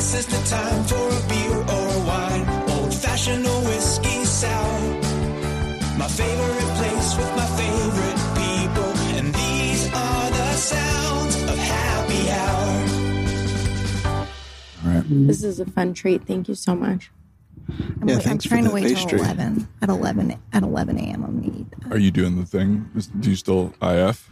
time for a beer or a wine, old fashioned or whiskey sour. My favorite place with my favorite people, and these are the sounds of happy hour. All right. This is a fun treat. Thank you so much. I'm, Yeah, wait- I'm thanks for trying to that wait face till tree. 11. At 11, at 11 a.m. I'm gonna eat. Are you doing the thing? Is- Do you still IF?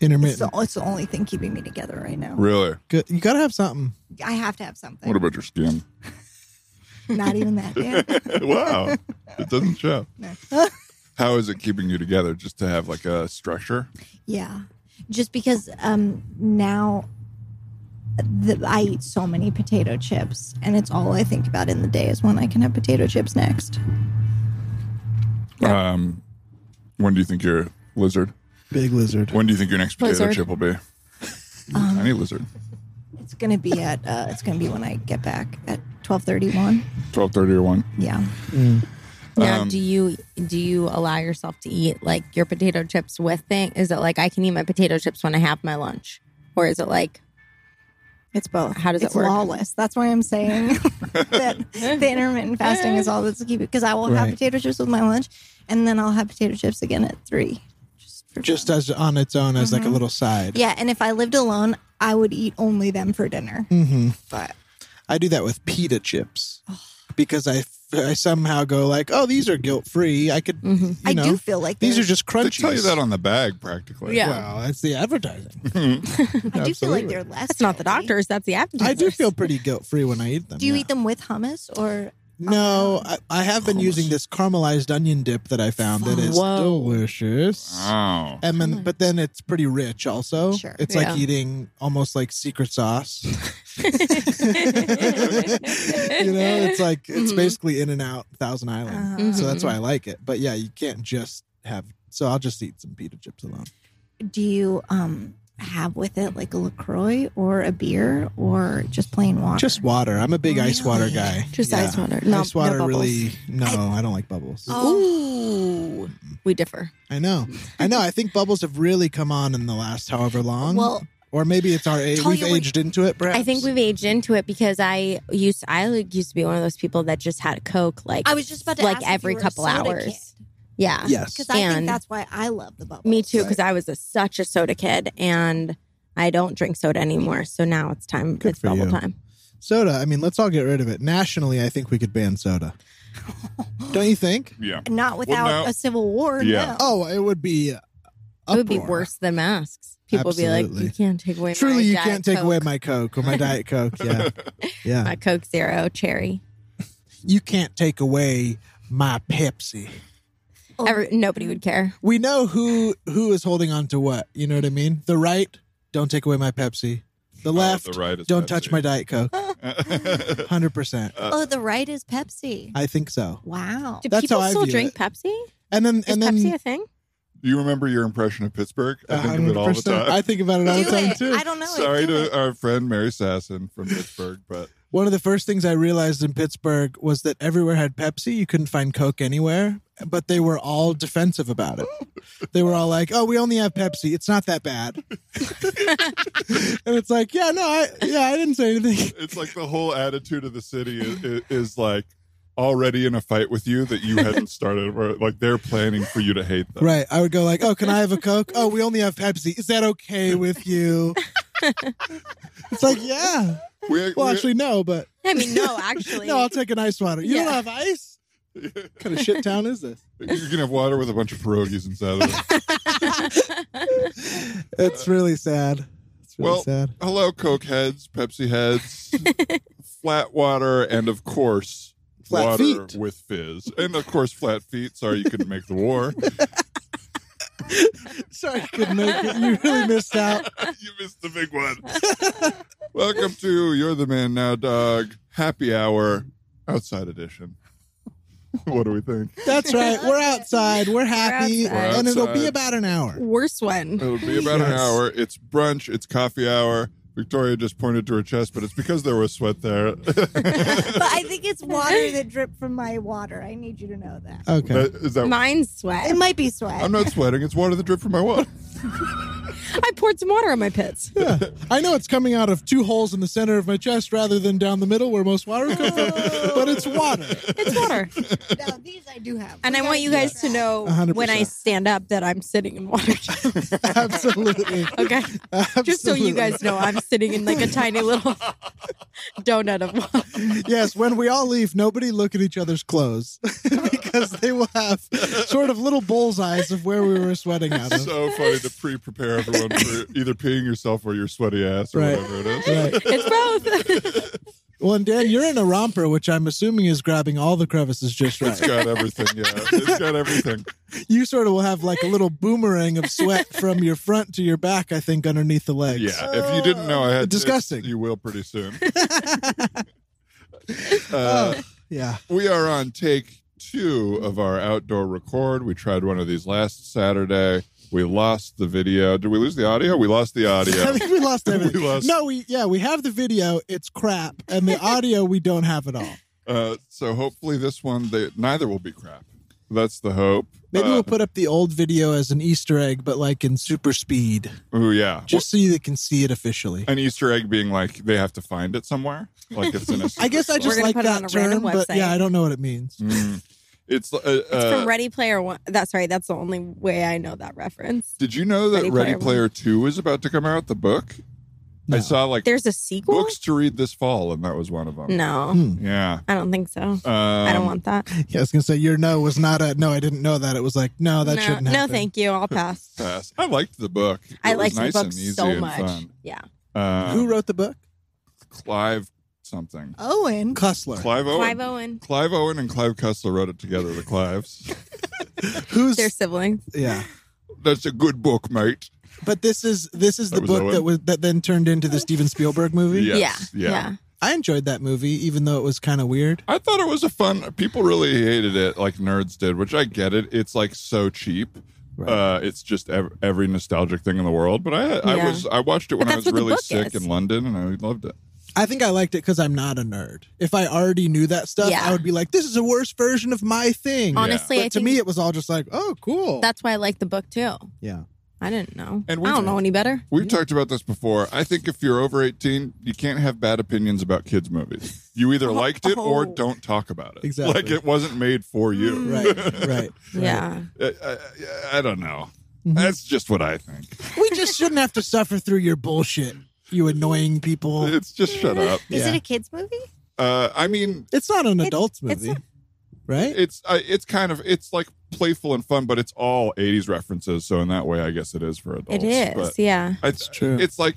It's the, Intermittent. it's the only thing keeping me together right now. Really? Good. You gotta have something. I have to have something. What about your skin? Not even that. Yeah. wow. It doesn't show. No. How is it keeping you together? Just to have like a structure? Yeah. Just because um now the, I eat so many potato chips and it's all I think about in the day is when I can have potato chips next. Um, when do you think your lizard? Big lizard. When do you think your next potato Lizard. chip will be? Um, Tiny lizard. It's going to be at uh it's going to be when I get back at 12:31. Twelve thirty or one. Yeah. Now, Um, do you do you allow yourself to eat like your potato chips with thing? Is it like I can eat my potato chips when I have my lunch, or is it like It's both. How does it it's work? Lawless. That's why I'm saying that the intermittent fasting is all that's keeping because I will have Right. potato chips with my lunch, and then I'll have potato chips again at three. Just for Just fun. as on its own, as like a little side. yeah. And if I lived alone, I would eat only them for dinner. hmm But I do that with pita chips because I, I somehow go like, oh, these are guilt free. I could, you I know, do feel like these they're- are just They crunchy. tell you that on the bag practically. Yeah. Well, that's the advertising. I do feel Absolutely. like they're less. it's not the healthy. doctors? That's the appetizer. I do feel pretty guilt free when I eat them. Do you yeah. eat them with hummus or? No, I, I have been using this caramelized onion dip that I found that is Whoa. delicious. Ah. Wow. And then, but then it's pretty rich. Also, Sure. it's Yeah. like eating almost like secret sauce. you know, it's like it's Mhm. basically in and out Thousand Island. Uh-huh. Mm-hmm. Uh, Oh. So that's why I like it. But yeah, you can't just have. So I'll just eat some pita chips alone. Do you um have with it like a Lacroix or a beer or just plain water? Just water. I'm a big ice water Really? guy. Oh, Just Yeah. ice water. No, ice water no bubbles. Oh. really. No, I, don't like bubbles. Ooh, we differ. I know. I know. I think bubbles have really come on in the last however long. Well, or maybe it's our age. tell We've you what- aged into it, perhaps. I think we've aged into it because I used I like used to be one of those people that just had Coke like I was just about to like ask if every you were a couple soda hours. kid. Yeah. Yes. Because I think And- that's why I love the bubble. Me too, because I was a, such a soda kid, and I don't drink soda anymore. So now it's time. Good it's for bubble you. time. Soda. I mean, let's all get rid of it. Nationally, I think we could ban soda. Don't you think? Yeah. Not without now- a civil war. Yeah. no. Oh, it would be. It would be uproar. worse than masks. People would be like, Absolutely. "You can't take away my Truly, you Diet can't take Coke, away my Coke or my Diet Coke. Yeah, yeah. my Coke Zero cherry." You can't take away my Pepsi. Oh, Every, nobody would care. We know who who is holding on to what. You know what I mean? The right, don't take away my Pepsi. The left, Oh, the right is don't Pepsi. touch my Diet Coke. Hundred percent. oh, the right is Pepsi. I think so. Wow. Do That's people how I still view drink it. Pepsi? And then Is and then Pepsi a thing? Do you remember your impression of Pittsburgh? I think of it all the 100%. time. I think about it all the Do time it. too. I don't know. it. Sorry Do to it. our friend Mary Sasson from Pittsburgh, but One of the first things I realized in Pittsburgh was that everywhere had Pepsi. You couldn't find Coke anywhere, but they were all defensive about it. They were all like, "Oh, we only have Pepsi. It's not that bad." and it's like, "Yeah, no, I yeah, I didn't say anything." it's like the whole attitude of the city is, is, is like already in a fight with you that you hadn't started. Or like they're planning for you to hate them. Right. I would go like, "Oh, can I have a Coke? Oh, we only have Pepsi. Is that okay with you?" it's like, "Yeah. We, Well, we- actually no, but I mean, no, actually. no, I'll take an ice water. You Yeah. don't have ice? What kind of shit town is this?" you can have water with a bunch of pierogies inside of it. It's really sad. It's really Well, sad. Hello, Coke heads, Pepsi heads, flat water, and of course, Flat water feet. with fizz. And of course, flat feet. Sorry you couldn't make the war. Sorry, I couldn't make it. You really missed out. you missed the big one. Welcome to You're the Man Now, Dog Happy Hour Outside Edition. what do we think? That's right. We're outside. We're happy, outside. and it'll be Outside. about an hour. Worse one. It'll be about an Yes. hour. It's brunch. It's coffee hour. Victoria just pointed to her chest, but it's because there was sweat there. But I think it's water that dripped from my water. I need you to know that. Okay. That- is that? Mine It sweat. might be sweat. I'm not sweating. It's water that dripped from my water. I poured some water on my pits. Yeah. I know it's coming out of two holes in the center of my chest rather than down the middle where most water comes from, but it's water. It's water. No, these I do have. And I want you guys to know A hundred when I percent. stand up that I'm sitting in water. Absolutely. okay. Just so Absolutely. you guys know, I'm sitting in like a tiny little donut of water. Yes, when we all leave, nobody look at each other's clothes because they will have sort of little bullseyes of where we were sweating out of. so funny to pre-prepare everyone for either peeing yourself or your sweaty ass or Right. whatever it is. Right. It's both. Well, and Dan, you're in a romper, which I'm assuming is grabbing all the crevices just It's right. got everything. Yeah, it's got everything. You sort of will have like a little boomerang of sweat from your front to your back, I think, underneath the legs. Yeah, if you didn't know, I had Disgusting. You will pretty soon. Oh. uh, Yeah. we are on take two of our outdoor record. We tried one of these last Saturday. We lost the video. Did we lose the audio? We lost the I audio. think we lost everything. We lost- No, we yeah, we have the video. It's crap, and the audio we don't have at all. Uh, so hopefully this one, they, neither will be crap. That's the hope. Maybe Uh, we'll put up the old video as an Easter egg, but like in super speed, ooh, yeah. just so you can see it officially. an Easter egg being like they have to find it somewhere. Like it's an. I guess I We're just gonna like put it on that a random term, but website. yeah, I don't know what it means. Mm. it's. Uh, It's uh, from Ready Player One. That's right. That's the only way I know that reference. did you know that Ready Ready, Player One. Player Two is about to come out? The book. I No. saw like There's a sequel? books to read this fall, and that was one of them. No, Mm. Hmm. Yeah. I don't think so. Um, I don't want that. Yeah, I was gonna say your no was not a no. I didn't know that. It was like no, Oh, that no, shouldn't no, happen. thank you. I'll pass. Pass. I liked the book. Uh, It I was liked nice the book and easy so and much. Fun. Yeah. Um, Who wrote the book? Clive something? Owen. Cussler. Clive Owen. Clive Owen. Clive Owen and Clive Kessler wrote it together. The Clives. Who's They're siblings. yeah? That's a good book, mate. But this is this is That the was book Owen? that was that then turned into the Steven Spielberg movie. Yes. yeah. Yeah. I enjoyed that movie, even though it was kind of weird. I thought it was a fun. People really hated it, like nerds did, which I get it. It's like so cheap. Uh, it's just ev- every nostalgic thing in the world. But I, I Yeah. was, I watched it when I that's was what the really book sick is. in London, and I loved it. I think I liked it because I'm not a nerd. If I already knew that stuff, Yeah. I would be like, "This is a worse version of my thing." On- Honestly, but I to think me, it was all just like, "Oh, cool." that's why I like the book too. yeah. I didn't know. And I we've- don't know any better. We've talked about this before. I think if you're over 18, you can't have bad opinions about kids' movies. You either liked it or Oh. Mm. don't talk about it. Exactly. Like it wasn't made for you. Right. Right. Yeah. I, I, I don't know. Mm-hmm. That's just what I think. we just shouldn't have to suffer through your bullshit, you annoying Oh. people. It's just shut up. Is Yeah. it a kids movie? Uh, I mean, It's not an It- adults it's movie, not- right? it's uh, it's kind of it's like playful and fun, but it's all '80s references. So in that way, I guess it is for It adults. is. But yeah. it's true. It's like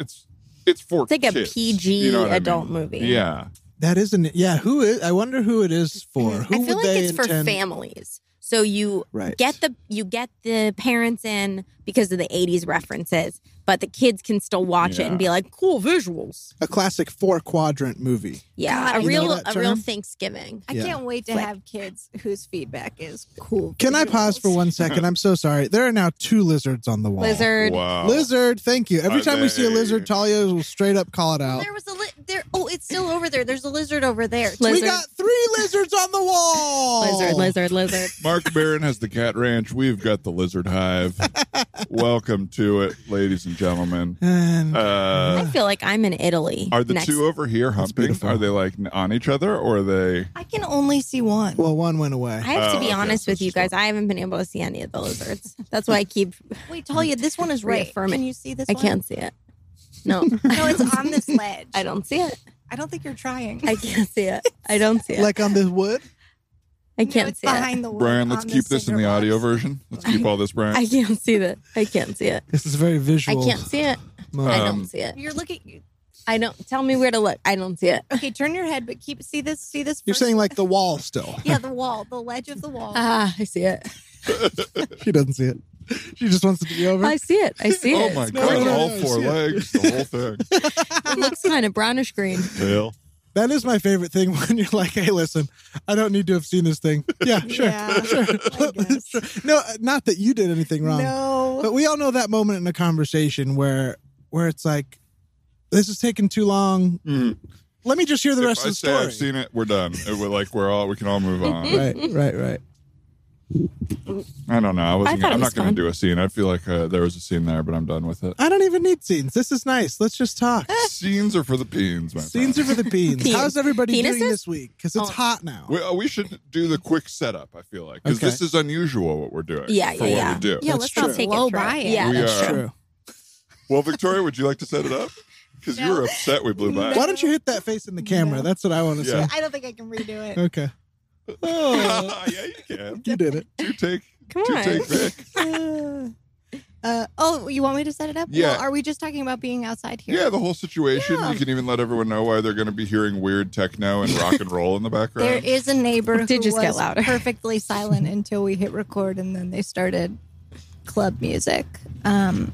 it's it's for It's like a kids, PG you know what I adult mean? movie. Yeah, that isn't. Yeah. Who is? I wonder who it is for. I Who would feel like they it's for intend? families. So you Right. get the you get the parents in because of the 80s references, but the kids can still watch it Yeah. and be like cool visuals. a classic four quadrant movie. Yeah, God, a you know real that a real term? Thanksgiving. I Yeah. can't wait to Flick. have kids whose feedback is cool. Can I pause visuals. for one second? I'm so sorry. There are now two lizards on the wall. Lizard. Oh. wow. Lizard, thank you. Every Are time we see a they- lizard, Talia will straight up call it out. There was a li- there. Oh, it's still over there. There's a lizard over there. We Lizard. got three lizards on the wall. Lizard, lizard, lizard. Mark Barron has the Cat Ranch. We've got the Lizard Hive. Welcome to it, ladies and gentlemen. And Uh, I feel like I'm in Italy. are the next. two over here humping? beautiful. Are they like on each other, or are they? I can only see one. well, one went away. I have Oh, to be okay, honest so with you it's just guys. I haven't been able to see any of the lizards. That's why I keep. Wait, Talia, this one is right. Reaffirm Can it. you see this? I one? can't see it. No, No, it's on this ledge. I don't see it. I don't think you're trying. I can't see it. I don't see it. Like on the wood. I No, can't it's see it. behind the wood Brian, let's on keep this in cinder the audio box. version. Let's keep all this, Brian. I can't see that. I can't see it. This is very I visual. can't see it. I moment. Um, don't see it. You're looking. I don't. Tell me where to look. I don't see it. Okay, turn your head, but keep see this. See this. You're first- saying like the wall still. yeah, the wall, the ledge of the wall. Ah, I see it. she doesn't see it. She just wants it to be over. I see it. I see oh it. my No, god! no, no, all no, four see it. legs, the whole thing. It looks kind of brownish green. Bill. That is my favorite thing when you're like, hey, listen, I don't need to have seen this thing. Yeah, sure. Yeah, sure. I guess. Sure. No, uh, not that you did anything wrong. No. Oh, But we all know that moment in a conversation where where it's like, this is taking too long. Let me just hear the Mm. If rest I of the say story. I've seen it. We're done. It- We're like we're all we can all move on. right, right, right. I don't know. I wasn't. I thought gonna, it was I'm not going fun. to do a scene. I feel like uh, there was a scene there, but I'm done with it. I don't even need scenes. This is nice. Let's just talk. Scenes are for the peens, my scenes are friend. for the beans. Peens. How's everybody doing Penises? this week? Because it's Oh. hot now. We, uh, we should do the quick setup. I feel like because Okay. this is unusual what we're doing. Yeah, for yeah, what yeah. we do. Yeah, That's let's true. not take blow through by it. Yeah, We uh, that's are. true. True. Well, Victoria, would you like to set it up? Because you No. were upset we blew by. Why don't you hit that face in the camera? No. That's what I want to Yeah. say. I don't think I can redo it. Okay. Oh, yeah, you can. you did it. Two take. Come Two on. take Vic. Uh, oh, you want me to set it up? Yeah. Well, are we just talking about being outside here? Yeah, the whole situation. Yeah. You can even let everyone know why they're going to be hearing weird techno and rock and roll in the background. There is a neighbor who Did just was get louder. perfectly silent until we hit record, and then they started club music, um,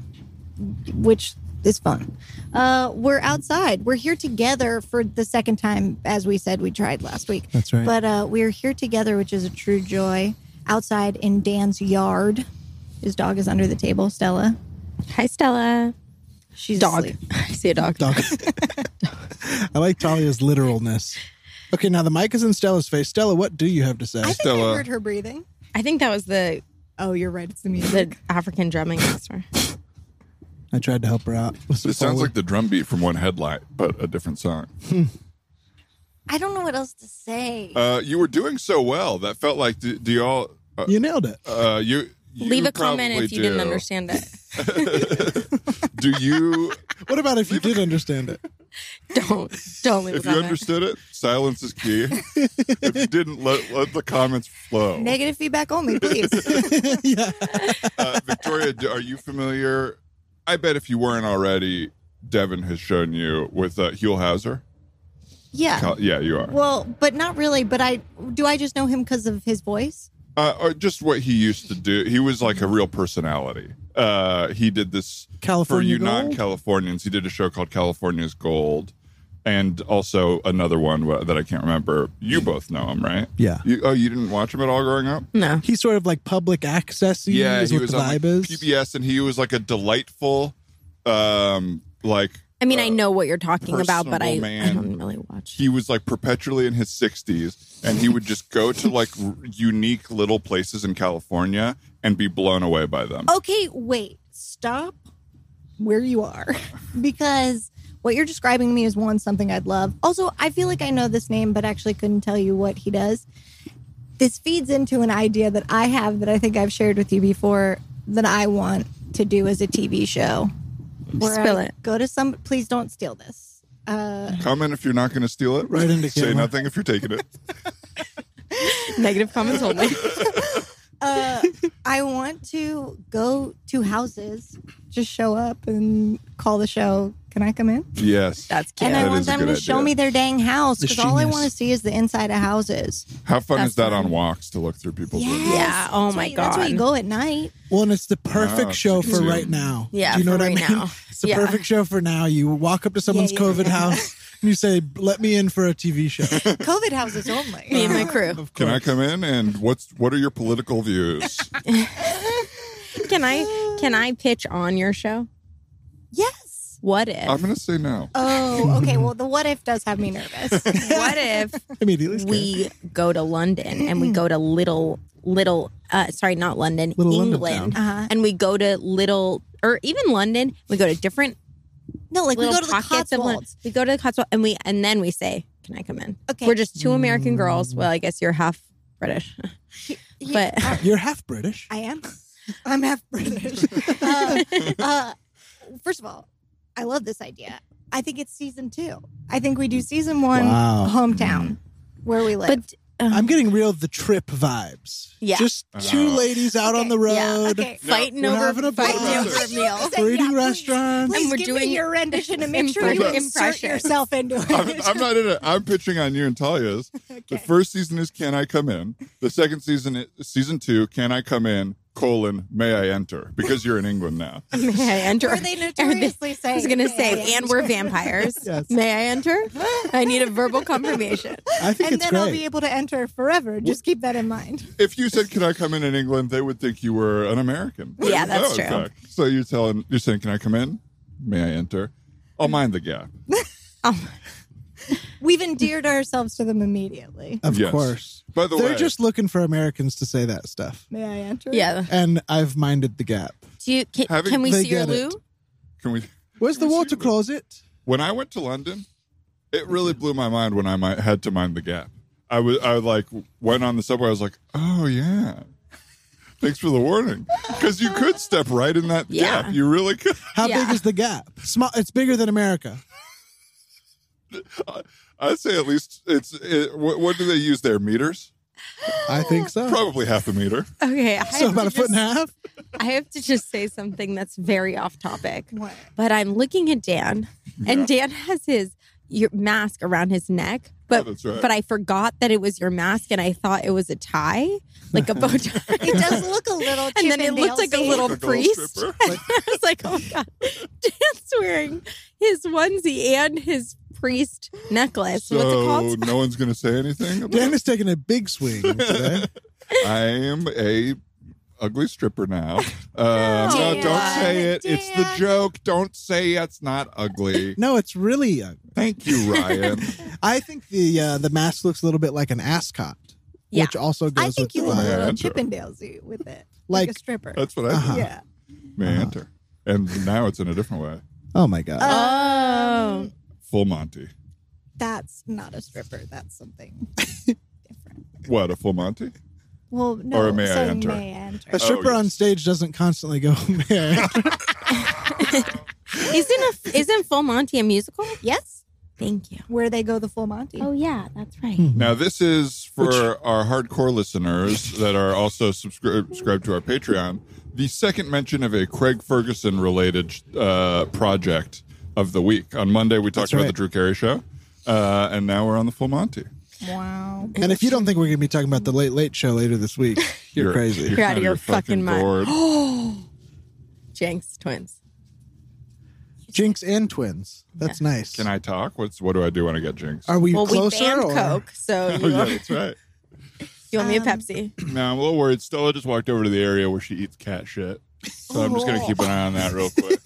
which is fun. Uh, we're outside. We're here together for the second time, as we said we tried last week. That's right. But uh, we're here together, which is a true joy. Outside in Dan's yard, his dog is under the table. Stella, Hi, Stella. she's Dog. asleep. I see a dog. Dog. I like Talia's literalness. Okay, now the mic is in Stella's face. Stella, what do you have to say? I think Stella. I heard her breathing. I think that was the Oh, you're right. It's the music. the African drumming master. I tried to help her out. with some It sounds Foley. like the drum beat from one headlight, but a different song. I don't know what else to say. Uh, you were doing so well that felt like do, do y'all? Uh, you nailed it. uh, you, you Leave a comment probably if you do. didn't understand it. Do you? What about if you did understand it? Don't don't leave if a you comment. understood it, silence is key. if you didn't, let let the comments flow. Negative feedback only, please. yeah. uh, Victoria, do- are you familiar? I bet if you weren't already, Devin has shown you with uh, Huelhauser. yeah. Cal- yeah, you are. Well, but not really. But I do. I just know him because of his voice. Uh, or just what he used to do. He was like a real personality. Uh, he did this for California you Gold? non-Californians. He did a show called California's Gold, and also another one wh- that I can't remember. You both know him, right? Yeah. You, oh, you didn't watch him at all growing up? no. He's sort of like public access Yeah, is he what was the on like, vibe is. PBS, and he was like a delightful, um, like I mean, I know what you're talking about, but I, personable I man. don't really watch. he was like perpetually in his 60s and he would just go to like r- unique little places in California and be blown away by them. Okay, wait. Stop where you are, because what you're describing to me is one something I'd love. Also, I feel like I know this name, but actually couldn't tell you what he does. This feeds into an idea that I have that I think I've shared with you before that I want to do as a TV show. I Spill it. Go to some. Please don't steal this. Uh, Comment if you're not going to steal it. Right into Say camera. nothing if you're taking it. Negative comments only. uh, I want to go to houses, just show up and call the show. Can I come in? Yes. That's cute. And That I want is a them to good show idea. me their dang house The because all I sheeness. want to see is the inside of houses. How fun That's is that fun. on walks to look through people's windows? Yeah, oh That's my why- That's why you God. go at night. Well, and it's the Wow, perfect show for Ah, too. right now. Yeah, Do you know for what right I mean? now. It's the Yeah. perfect show for now. You walk up to someone's yeah, COVID yeah. house and you say, "Let me in for a TV show." COVID houses only. Me and my crew. Of Can I course. come in and what's what are your political views? Can I can I pitch on your show? yes. What if I'm going to say no. Oh, okay. Well, the what if does have me nervous. Uh-huh. what if immediately? scared. we go to London and we go to little little uh sorry not London Little London England town. Uh-huh. and we go to little or even London we go to different No, like we little go to the pockets of London. Cotswolds. We go to the Cotswolds and we and then we say can I come in? Okay. We're just two American girls. Well, I guess you're half British. Yeah, But- I- You're half British. I am. I'm half British. uh, uh, first of all, I love this idea. I think it's season two. I think we do season one, Wow. hometown, where we live. But I'm getting real the trip vibes. Yeah. Just two Uh, ladies out on the Okay, road. yeah, okay. fighting We're over having a fighting blast. over a I meal. was gonna say, Breeding please, restaurants. Please And we're give doing me your rendition and make sure impression- you insert impression. yourself into it. I'm, I'm not in it. I'm pitching on you and Talia's. The first season is Can I Come In? The second season is season two, Can I Come In? colon, may I enter? Because you're in England now. May I enter? Were they notoriously I was saying, gonna "May I say, and enter?" we're vampires. Yes. May I enter? I need a verbal confirmation. I think and it's then great. I'll be able to enter forever. Just keep that in mind. If you said, Can I Come In in England? they would think you were an American. They Yeah, didn't know, that's in true. fact. So you're telling, you're saying, Can I come in? May I enter? I'll mind the gap. We've endeared ourselves to them immediately. Of Yes. course. By the They're way, just looking for Americans to say that stuff. May I enter? Yeah. And I've minded the gap. Do you can, Having- can we They see your get it. loo? can we? Where's the Yes, you water do. closet? When I went to London, it really Mm-hmm. blew my mind when I mi- had to mind the gap. I was I like went on the subway. I was like, oh yeah, thanks for the warning, because you could step right in that Yeah. gap. You really could. How Yeah. big is the gap? Small. It's bigger than America. I'd say at least it's. It, what, what do they use there? Meters? I think so. Probably half a meter. Okay. I So have about to a foot just- and a half. I have to just say something that's very off topic. What? But I'm looking at Dan, and Dan has his your mask around his neck. But that's right. but I forgot that it was your mask, and I thought it was a tie, like a bow tie. It does look a little. And then it looked like a little Chippendale-y. Like a little priest. stripper. I was like, oh god, Dan's wearing his onesie and his priest necklace. What's it So called? no one's gonna say anything. About Dan is taking a big swing today. I am a ugly stripper now. No. Uh, no, don't Dan, say it. It's the Dan. joke. Don't say it's not ugly. No, it's really young. Thank you, Ryan. I think the uh, the mask looks a little bit like an ascot, Yeah. which also goes I with think the you look a May line. I little enter? Chippendalesy with it, Like- like, a stripper. That's what I Uh-huh. did. Yeah. May I enter. And now it's in a different way. Oh my god! Uh, Oh. Um, Full Monty. that's not a stripper. That's something different. What, a full Monty? Mm-hmm. Well, no. Or may I so enter? May I enter? a stripper on yes. stage doesn't constantly go there. Isn't a, isn't Full Monty a musical? yes. Thank you. Where they go the full Monty. Oh yeah, that's right. Now, this is for our hardcore listeners that are also subscri- subscribed to our Patreon. The second mention of a Craig Ferguson related uh, project of the week. On Monday, we talked That's about right. the Drew Carey show, uh, and now we're on the Full Monty. Wow. and if you don't think we're going to be talking about the Late Late Show later this week, you're, crazy. You're out of your fucking mind. gourd. Jenks twins. Jinx and twins. That's nice. Can I talk? What's what do I do when I get jinxed? Are we Well, we closer? banned or- Coke, so oh you, yeah, that's right. you want me a Um, Pepsi? Now I'm a little worried. Stella just walked over to the area where she eats cat shit, so I'm just gonna keep an eye on that real quick.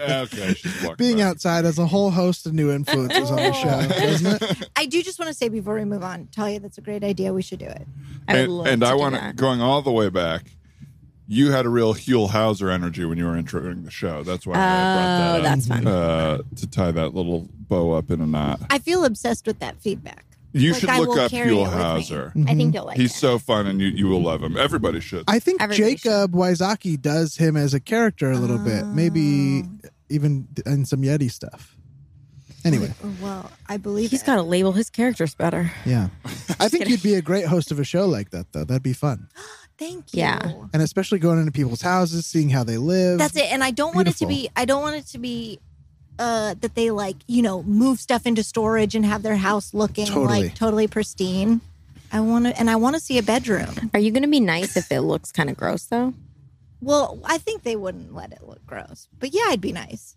okay, she's walking Being back. outside has a whole host of new influences on Oh. the show, doesn't it? I do just want to say before we move on, Talia, that's a great idea. We should do it. I would and, love and to I do want to that. going all the way back. You had a real Huell Hauser energy when you were introing the show. That's why I brought that Oh, up, that's fun. Uh, to tie that little bow up in a knot. I feel obsessed with that feedback. You Like, should I look will up carry it Huell with me. Hauser. I think you'll like He's it. so fun, and you you will love him. Everybody should. I think Everybody should. Jacob Wysocki does him as a character a little bit, maybe Oh. even in some Yeti stuff. Anyway, Oh, well, I believe He's it. got to label his characters better. yeah. I think you'd be a great host of a show like that, though. That'd be fun. Thank you. Yeah. And especially going into people's houses, seeing how they live. That's it. And I don't want it to Beautiful. be. I don't want it to be. Uh, that they like, you know, move stuff into storage and have their house looking Totally. like totally pristine. I want to, and I want to see a bedroom. Are you going to be nice if it looks kind of gross though? Well, I think they wouldn't let it look gross, but yeah, I'd be nice.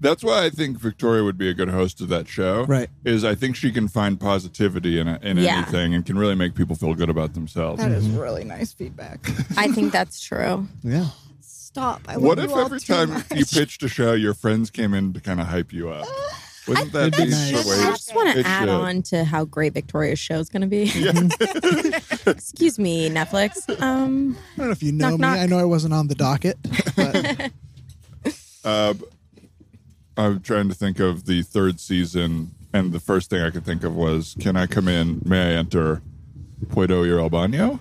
That's why I think Victoria would be a good host of that show. Right. Is I think she can find positivity in, a, in Yeah. anything and can really make people feel good about themselves. is really nice feedback. I think that's true. Yeah. Stop. I What love if you all every too time much. you pitched a show, your friends came in to kind of hype you up? Uh, Wouldn't that That'd be be nice. the way? I just want It to add should. on to how great Victoria's show is going to be. Excuse me, Netflix. Um, I don't know if you know Knock, me. knock. I know I wasn't on the docket, but Uh, I'm trying to think of the third season, and the first thing I could think of was, "Can I come in? May I enter?" Puedo ir al baño?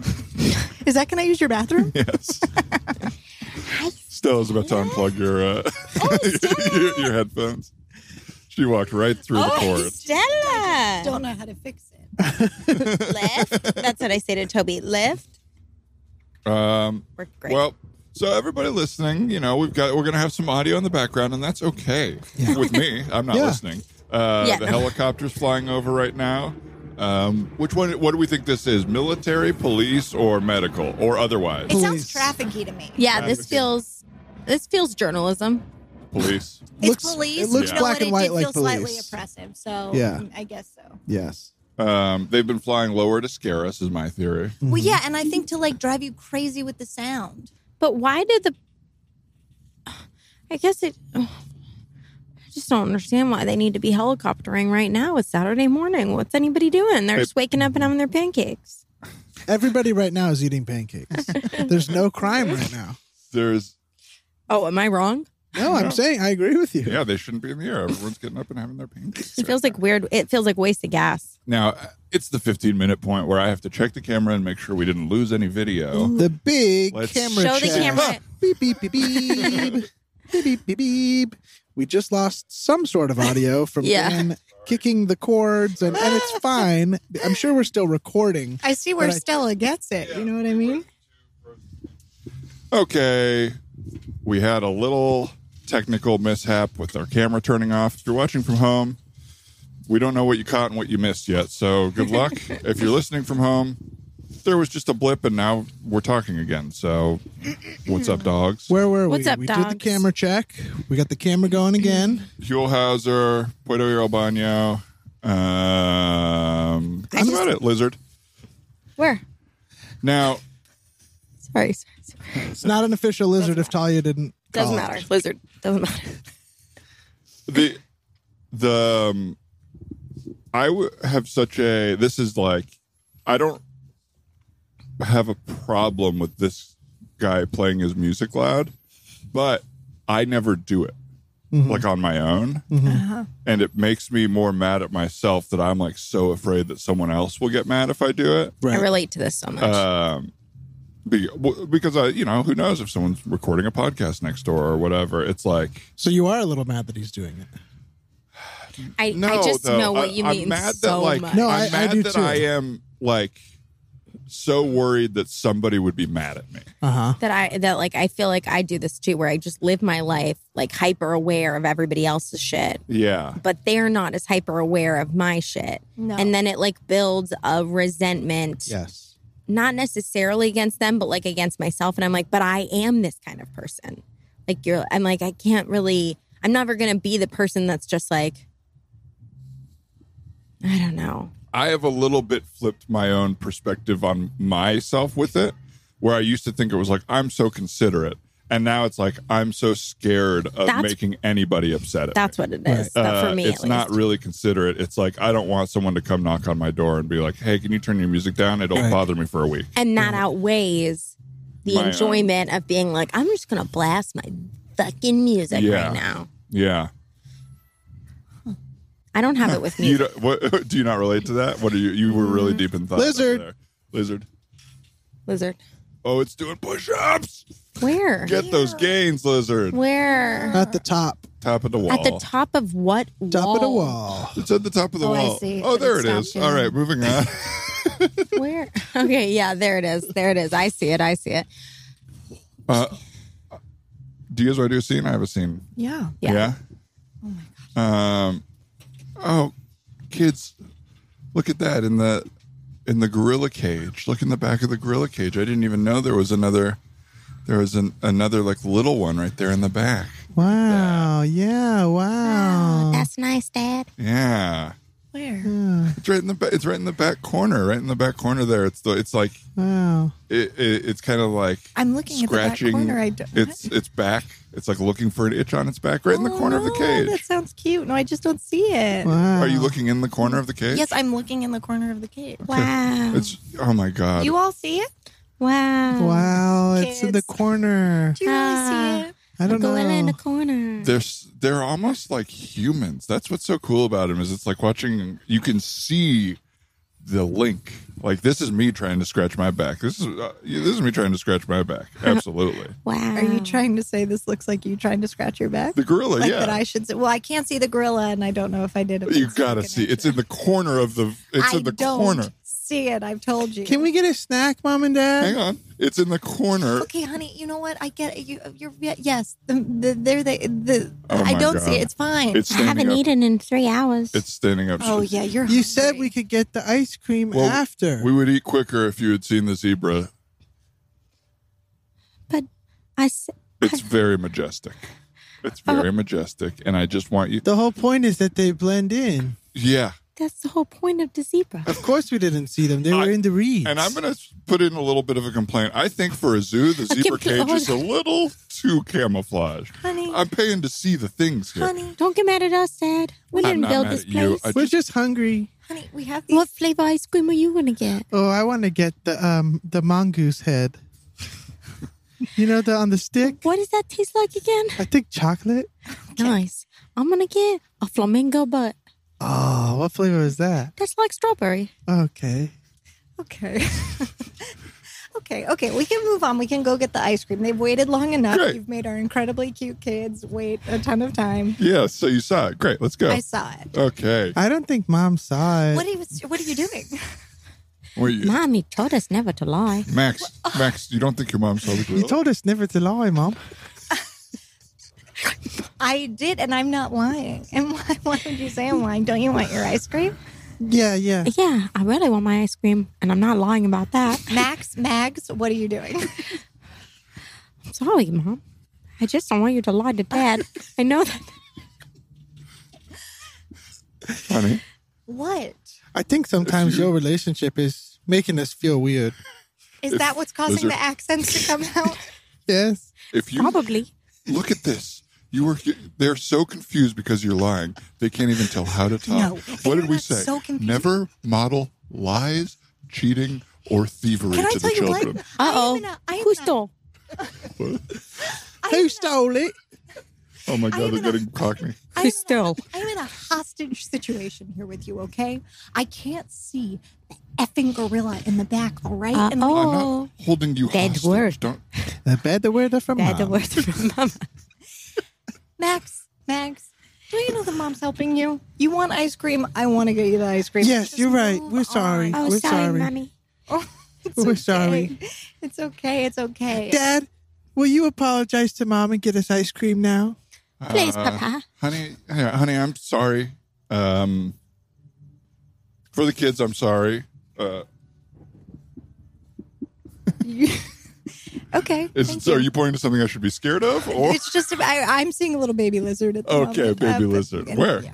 Is that can I use your bathroom? Yes. Stella's about to unplug your uh, Oh, your, your headphones. She walked right through the cord. oh, Stella, Don't know how to fix it. lift. That's what I say to Toby. Lift. Um, Worked great. well, so everybody listening, you know, we've got we're gonna have some audio in the background, and that's okay with me. I'm not Yeah. listening. Uh, Yeah, the no. helicopter's flying over right now. Um, which one? What do we think this is? Military, police, or medical, or otherwise? It Please. sounds trafficky to me. yeah, this feels this feels journalism. Police. It's Looks- police. it looks you know black what? and it white did like feel slightly police. oppressive. So Yeah. Mm-hmm. mm, I guess so. yes. Um, they've been flying lower to scare us, is my theory. Well, yeah, and I think to like drive you crazy with the sound. But why did the? I guess it. I just don't understand why they need to be helicoptering right now. It's Saturday morning. What's anybody doing? They're Hey. just waking up and having their pancakes. Everybody right now is eating pancakes. There's no crime right now. There's Oh, am I wrong? No, I'm saying I agree with you. yeah, they shouldn't be in the air. Everyone's getting up and having their pancakes. It feels like weird. It feels like waste of gas. Now it's the 15 minute point where I have to check the camera and make sure we didn't lose any video. The big Let's- camera Show the check. camera. Beep beep beep beep. beep beep beep beep. We just lost some sort of audio from Yeah. Dan kicking the cords, and, and it's fine. I'm sure we're still recording. I see where But I- Stella gets it. You know what I mean? Okay, we had a little technical mishap with our camera turning off. If you're watching from home, we don't know what you caught and what you missed yet. So good luck. if you're listening from home, there was just a blip and now we're talking again. So what's up, dogs? Where were we? What's up, we did the dogs? camera check. We got the camera going again. Hulhauser, Puerto Urbano. Um, that's about it, Lizard. Where? Now, Sorry, sorry, sorry. It's not an official lizard if Talia didn't. Doesn't call it. matter. Lizard. Doesn't matter. the the um, I w- have such a this is like I don't have a problem with this guy playing his music loud, but I never do it like on my own, and it makes me more mad at myself that I'm like so afraid that someone else will get mad if I do it. I Right. relate to this so much. um, be, w- because I, you know, who knows if someone's recording a podcast next door or whatever. It's like, so you are a little mad that he's doing it. I, no, I just though, know what I- you I'm mean mad that, so like, much. No, I- I'm mad do that too. I am like so worried that somebody would be mad at me. Uh huh. that I that like I feel like I do this too, where I just live my life like hyper aware of everybody else's shit, Yeah, but they're not as hyper aware of my shit, No. and then it like builds a resentment, Yes. not necessarily against them, but like against myself, and I'm like, but I am this kind of person. Like you're, I'm like I can't really, I'm never gonna be the person that's just like, I don't know. I have a little bit flipped my own perspective on myself with it, where I used to think it was like I'm so considerate, and now it's like I'm so scared of That's- making anybody upset. At me. That's what it is that Uh, for me. it's at not least. really considerate. It's like I don't want someone to come knock on my door and be like, "Hey, can you turn your music down? It'll Right. bother me for a week." and that outweighs the My own. enjoyment of being like, I'm just gonna blast my fucking music Yeah. right now. Yeah, I don't have it with me. you don't, what, do you not relate to that? What are you? You were really deep in thought. over Lizard. there. lizard. Lizard. Oh, it's doing push-ups. Where? Get those gains, lizard. Where? At the top, Top of the wall. At the top of what wall? top of the wall. It's at the top of the Oh, I wall. see. Oh, But there it it is. stopped All doing- right, moving on. Where? Okay, yeah, there it is. There it is. I see it. I see it. Uh, do you guys want to do a scene? I have a scene. Yeah. Yeah. Oh my god. Um, oh, kids, look at that in the in the gorilla cage. Look in the back of the gorilla cage. I didn't even know there was another. There was an, another like little one right there in the back. Wow. Yeah. Wow. Oh, That's nice, Dad. Yeah, Where? it's right in the ba- it's right in the back corner. Right in the back corner there. It's the it's like Wow. it, it it's kind of like I'm looking scratching. at the back corner. I don't, it's it's back. It's like looking for an itch on its back, right in the Oh, corner of the no, cage. That sounds cute. No, I just don't see it. Wow. Are you looking in the corner of the cage? Yes, I'm looking in the corner of the cage. Wow. It's oh my god. You all see it? wow. Wow, it's in the Mm, Kids. corner. Do you really see Ah. it? I don't Gorilla in know. the corner. they're s- they're almost like humans. That's what's so cool about him is it's like watching you can see the link. Like this is me trying to scratch my back. This is uh, yeah, this is me trying to scratch my back. Absolutely. wow. Are ah. you trying to say this looks like you trying to scratch your back? The gorilla, like yeah. that I should say. Well, I can't see the gorilla, and I don't know if I did it. you gotta see. It's in the corner of the. It's I in the don't corner. See it? I've told you. Can we get a snack, mom and dad? Hang on. It's in the corner. Okay, honey. You know what? I get it. You, you're yeah, yes. The, the, there they. The, Oh I my don't God. see it. It's fine. It's I haven't standing up. eaten in three hours. It's standing up. oh yeah, you're. You said hungry. we could get the ice cream Well, after. We would eat quicker if you had seen the zebra. but I s- It's very majestic. It's very majestic, and I just want you. the whole point is that they blend in. Yeah, that's the whole point of DeZebra. Of course, we didn't see them. They were I- in the reeds. And I'm going to put in a little bit of a complaint. I think for a zoo, the zebra compl- cage is a little too camouflaged. Honey, I'm paying to see the things here. honey, don't get mad at us, Dad. We I'm didn't not build mad this at you. place. I We're just hungry. Honey, we have What flavor ice cream are you gonna get? Oh, I want to get the um the mongoose head. you know the on the stick. What does that taste like again? I think chocolate. Nice. I'm gonna get a flamingo butt. Oh, what flavor is that? That's like strawberry. Okay. Okay. okay. Okay. We can move on. We can go get the ice cream. They've waited long enough. Great. You've made our incredibly cute kids wait a ton of time. Yeah, so you saw it. Great, let's go. I saw it. okay. I don't think mom saw it. What are you, what are you doing? Were you- Mommy told us never to lie. Max, Max, you don't think your mom saw the you grill? told us never to lie, mom. I did, and I'm not lying. And why, why would you say I'm lying? Don't you want your ice cream? Yeah, yeah. Yeah, I really want my ice cream, and I'm not lying about that. Max, Mags, what are you doing? I'm sorry, Mom. I just don't want you to lie to Dad. I know that. Honey, What? I think sometimes your relationship is making us feel weird. Is that what's those causing are- the accents to come out? Yes. if you Probably. look at this, you were they're so confused because you're lying. They can't even tell how to talk. No, what did we everyone's say? so confused. Never model lies, cheating, or thievery Can I to the tell you what? children. Uh I am in oh. a- I am Who in a- stole? I am in Who a- stole it? Oh my god, am they're not- gonna cock me. Who I'm in a- stole? I'm in a hostage situation here with you, okay? I can't see the effing gorilla in the back, all right? Uh And like, I'm oh. not holding you Bad hostage. word. Don't The bad the word from Dad, the mom. word from Mama. Max, Max, do you know that mom's helping you? You want ice cream? I want to get you the ice cream. Yes, Just you're right. move We're sorry. on. Oh, We're sorry, sorry. Mommy. It's We're okay. sorry. It's okay. It's okay. Dad, will you apologize to mom and get us ice cream now? Please, Uh, Papa. honey, yeah, honey, I'm sorry. Um, for the kids, I'm sorry. Uh, okay. is, thank so are you. you pointing to something I should be scared of? Or It's just I, I'm seeing a little baby lizard at the Okay, moment. Um, baby but- lizard. Where? yeah.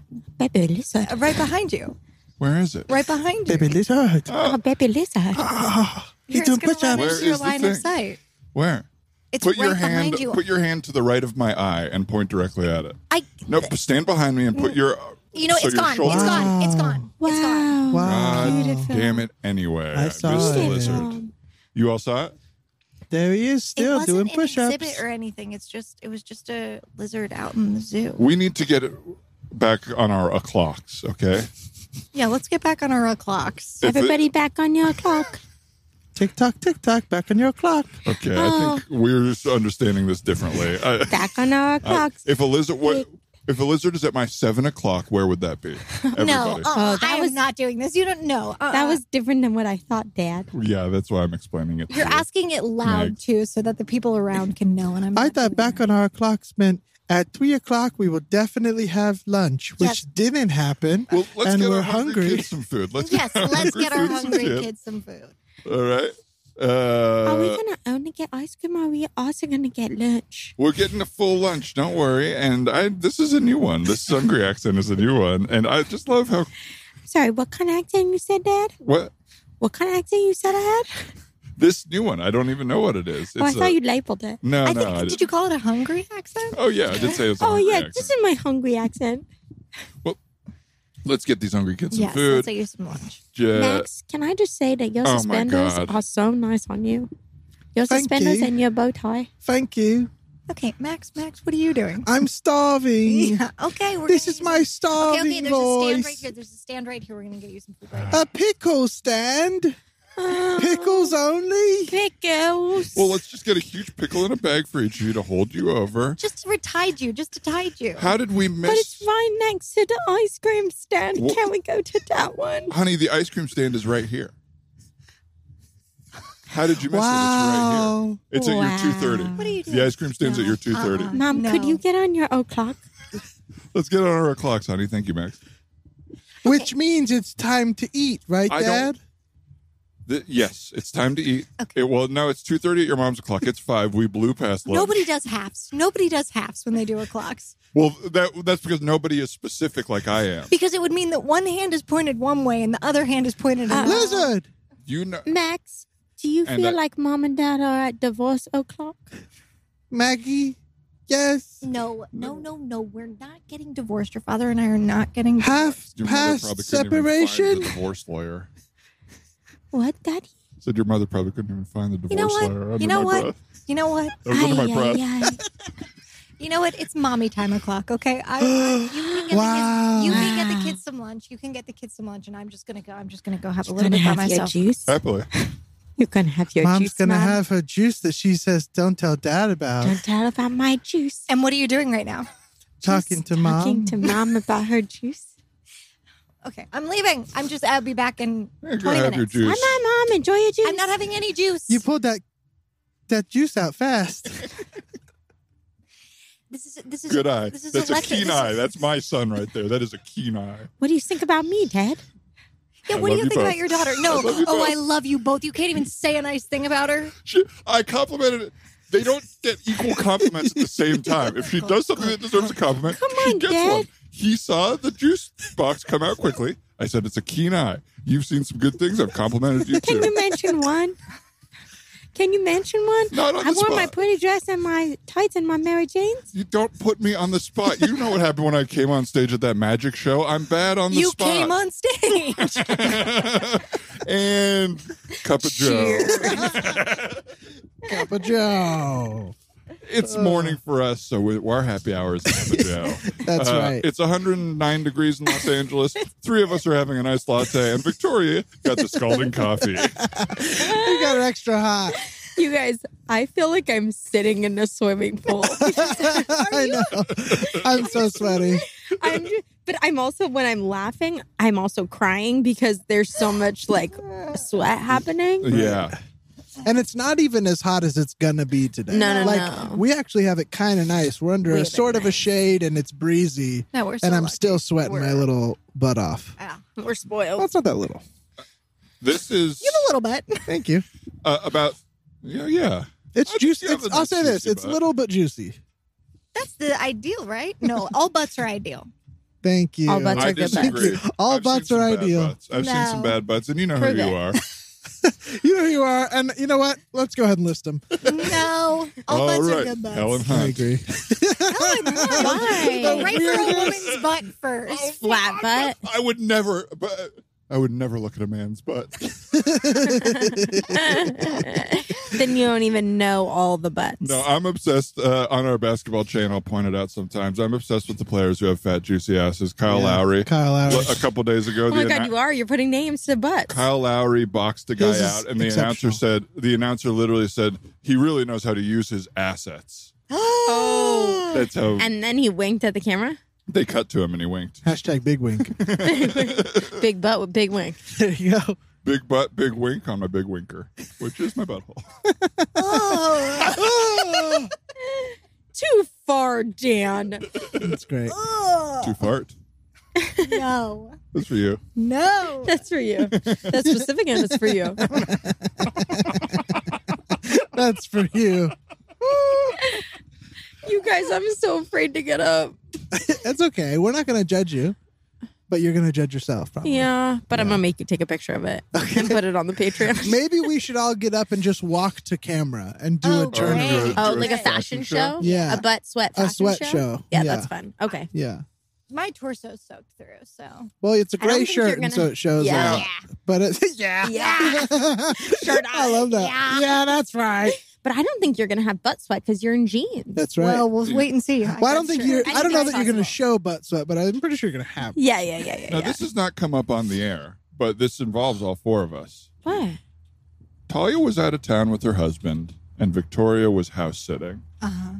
Baby lizard. Uh, Right behind you. where is it? Right behind you. Baby lizard. Oh, baby lizard. uh, He's You're just doing gonna push-ups. run into Where your is the line of thing? sight. Where? It's put right your hand. behind you. Put your hand to the right of my eye and point directly at it. I, No, p- stand behind me and put your. Mm. you know, so it's your gone. shoulder- It's gone. It's gone. It's gone. Wow. Wow. God Beautiful. damn it! Anyway, Oh, I saw missed the it. lizard. You all saw it. There he is it still wasn't doing an push-ups. exhibit or anything. It's just it was just a lizard out in the zoo. We need to get it back on our clocks. Okay. Yeah, let's get back on our uh, clocks. If it- Everybody back on your clock. Tick tock, tick tock, back on your clock. Okay, Oh. I think we're just understanding this differently. I- Back on our I- clocks. Uh, if a lizard, what, if a lizard is at my seven o'clock, where would that be? No, Everybody. uh, Oh, that I was- am not doing this. You don't know. Uh-uh. That was different than what I thought, Dad. Yeah, that's why I'm explaining it. to you're you. asking it loud Meg. too, so that the people around can know. And I'm. I not thought doing back on that. our clocks meant at three o'clock we will definitely have lunch, which Yes. didn't happen. Well, let's and get we're our hungry, hungry. kids some food. Let's Yes, let's get our some hungry food. kids some food. All right. Are we Uh, gonna only get ice cream? Or are we also gonna get lunch? we're getting a full lunch. Don't worry. And I, this is a new one. This hungry accent is a new one. And I just love how Sorry, what kind of accent you said, Dad? what What kind of accent you said I had? this new one. I don't even know what it is. It's oh, I a- thought you labeled it. No, I no. think. I did didn't. you call it a hungry accent? Oh yeah, I did say it was. A Oh hungry yeah, accent. this is my hungry accent. Let's get these hungry kids some yes. food. Let's get you some lunch. Ja- Max, can I just say that your Uh, Oh my suspenders God. are so nice on you. Your Thank suspenders you. and your bow tie. Thank you. Okay, Max. Max, what are you doing? I'm starving. Yeah. Okay. We're This gonna is use- my Okay. starving Okay. There's a stand right voice. here. There's a stand right here. We're gonna get you some food. Right A pickle stand. Pickles Oh. only. Pickles. Well, let's just get a huge pickle in a bag for each of you to hold you over. Just to retide you, just to tide you. How did we but it's miss? right next to the ice cream stand. Wha- Can we go to that one? Honey, the ice cream stand is right here. How did you miss Wow. it? It's right here. It's at your two thirty. Wow. What are you doing? The ice cream stands at your two thirty. Uh-uh. Mom, could No. you get on your o'clock? Let's get on our clocks, honey. Thank you, Max. Which means it's time to eat, right, I don't- Dad? Th- yes, it's time to eat. Okay. It- well, no, it's two thirty at your mom's o'clock. It's five. We blew past lunch. Nobody does halves. Nobody does halves when they do a clocks Well, that that's because nobody is specific like I am. because it would mean that one hand is pointed one way and the other hand is pointed Oh. Uh, another. Lizard. You know, Max, do you And feel I- like mom and dad are at divorce o'clock? Maggie. Yes. No, no, no, no. We're not getting divorced. Your father and I are not getting divorced. Half your mother past probably couldn't even separation. find the divorce lawyer. What, daddy? Said your mother probably couldn't even find the divorce You know what? lawyer. under You know my what? breath. You know what? That was under my Ay, breath. ay, ay. You know what? It's mommy time o'clock. Okay. I, I- you can get Wow. the kids, you can get Wow. the kids some lunch. You can get the kids some lunch, and I'm just gonna go. I'm just gonna go have a You're little gonna bit by have your myself. juice. Happily. You're gonna have your Mom's juice. gonna Mom. have her juice that she says don't tell dad about. Don't tell about my juice. And what are you doing right now? talking Just to mom. Talking to mom about her juice. Okay, I'm leaving. I'm just. I'll be back in You're 20 gonna have your minutes. Bye, juice. bye, mom. Enjoy your juice. I'm not having any juice. you pulled that that juice out fast. this is this is Good eye. This is That's a Alexa. keen This is- eye. That's my son right there. That is a keen eye. what do you think about me, dad? Yeah, I what do love you you think both. about your daughter? No. I love you oh, both. I love you both. You can't even say a nice thing about her. She, I complimented it. They don't get equal compliments at the same time. If she does something that deserves a compliment, Oh, Come she on, gets Dad. one. He saw the juice box come out quickly. I said, "It's a keen eye. You've seen some good things. I've complimented you Can you too." mention one? Can you mention one? Not on I the wore my spot. pretty dress and my tights and my Mary Janes. You don't put me on the spot. You know what happened when I came on stage at that magic show. I'm bad on the You spot. came on stage. and cup of joe. Papa Joe. It's morning for us, so we- our happy hour is cup of joe. That's Uh, right. It's 109 degrees in Los Angeles. Three of us are having a nice latte, and Victoria got the scalding coffee. You got it extra hot. You guys, I feel like I'm sitting in a swimming pool. I know. I'm so sweaty. I'm just, but I'm also when I'm laughing, I'm also crying because there's so much like sweat happening. Yeah. And it's not even as hot as it's gonna be today. No, no, like no. we actually have it kind of nice. We're under a We have it sort of a nice. shade, and it's breezy, no, we're. So and I'm lucky. still sweating my We're- little butt off. Yeah, We're Well, spoiled. it's not that little. This is give a little bit. Thank you. uh, about, yeah, yeah. It's I think juicy. you have It's, a I'll nice say this: juicy it's butt. little but juicy. That's the ideal, right? No, all butts are ideal. Thank you. All butts I are good disagree. butts. Thank you. All I've butts seen are some bad ideal. butts. I've seen some No. bad butts, and you know Prove who it. you are. You know who you are, and you know what? Let's go ahead and list them. No, all, All butts are right, good butts. Helen I Hunt. agree. Why? Go right for a woman's butt first. Flat butt. I would never, but I would never look at a man's butt. then you don't even know all the butts. No, I'm obsessed. Uh, on our basketball channel, pointed out sometimes I'm obsessed with the players who have fat, juicy asses. Kyle Yeah. Lowry. Kyle Lowry. A couple days ago, oh the my god, annou- you are. You're putting names to butts. Kyle Lowry boxed a guy His is out, and the announcer said, the announcer literally said, he really knows how to use his assets. Oh. That's how And then he winked at the camera. they cut to him, and he winked. Hashtag big wink. Big butt with big wink. there you go. Big butt, big wink on my big winker, which is my butthole. Oh, Too far, Dan. That's great. Too fart. no, That's for you. no. That's for you. That's specific and it's for you. That's for you. You guys, I'm so afraid to get up. That's okay. We're not going to judge you, but you're going to judge yourself, probably. Yeah, but I'm gonna make you take a picture of it and put it on the Patreon. Maybe we should all get up and just walk to camera and do Oh, a turn. great. around. Oh, Do like a fashion show? Yeah. A butt sweat A fashion sweat show. Yeah, Yeah. that's fun. Okay. Yeah. My torso's soaked through, so Well, it's a I don't gray think shirt, you're and gonna- so it shows. Yeah. out. But it's, Oh. yeah. Yeah. Shirt I on. love that. Yeah. that's right. But I don't think you're gonna have butt sweat because you're in jeans. That's right. well, we'll wait and see. Well, I don't guess think sure. you're. I I don't think know that's that you're going to possible. show butt sweat, but I'm pretty sure you're going to have. yeah, yeah, yeah, yeah. Now, yeah. this has not come up on the air, but this involves all four of us. what? Talia was out of town with her husband, and Victoria was house sitting. Uh-huh.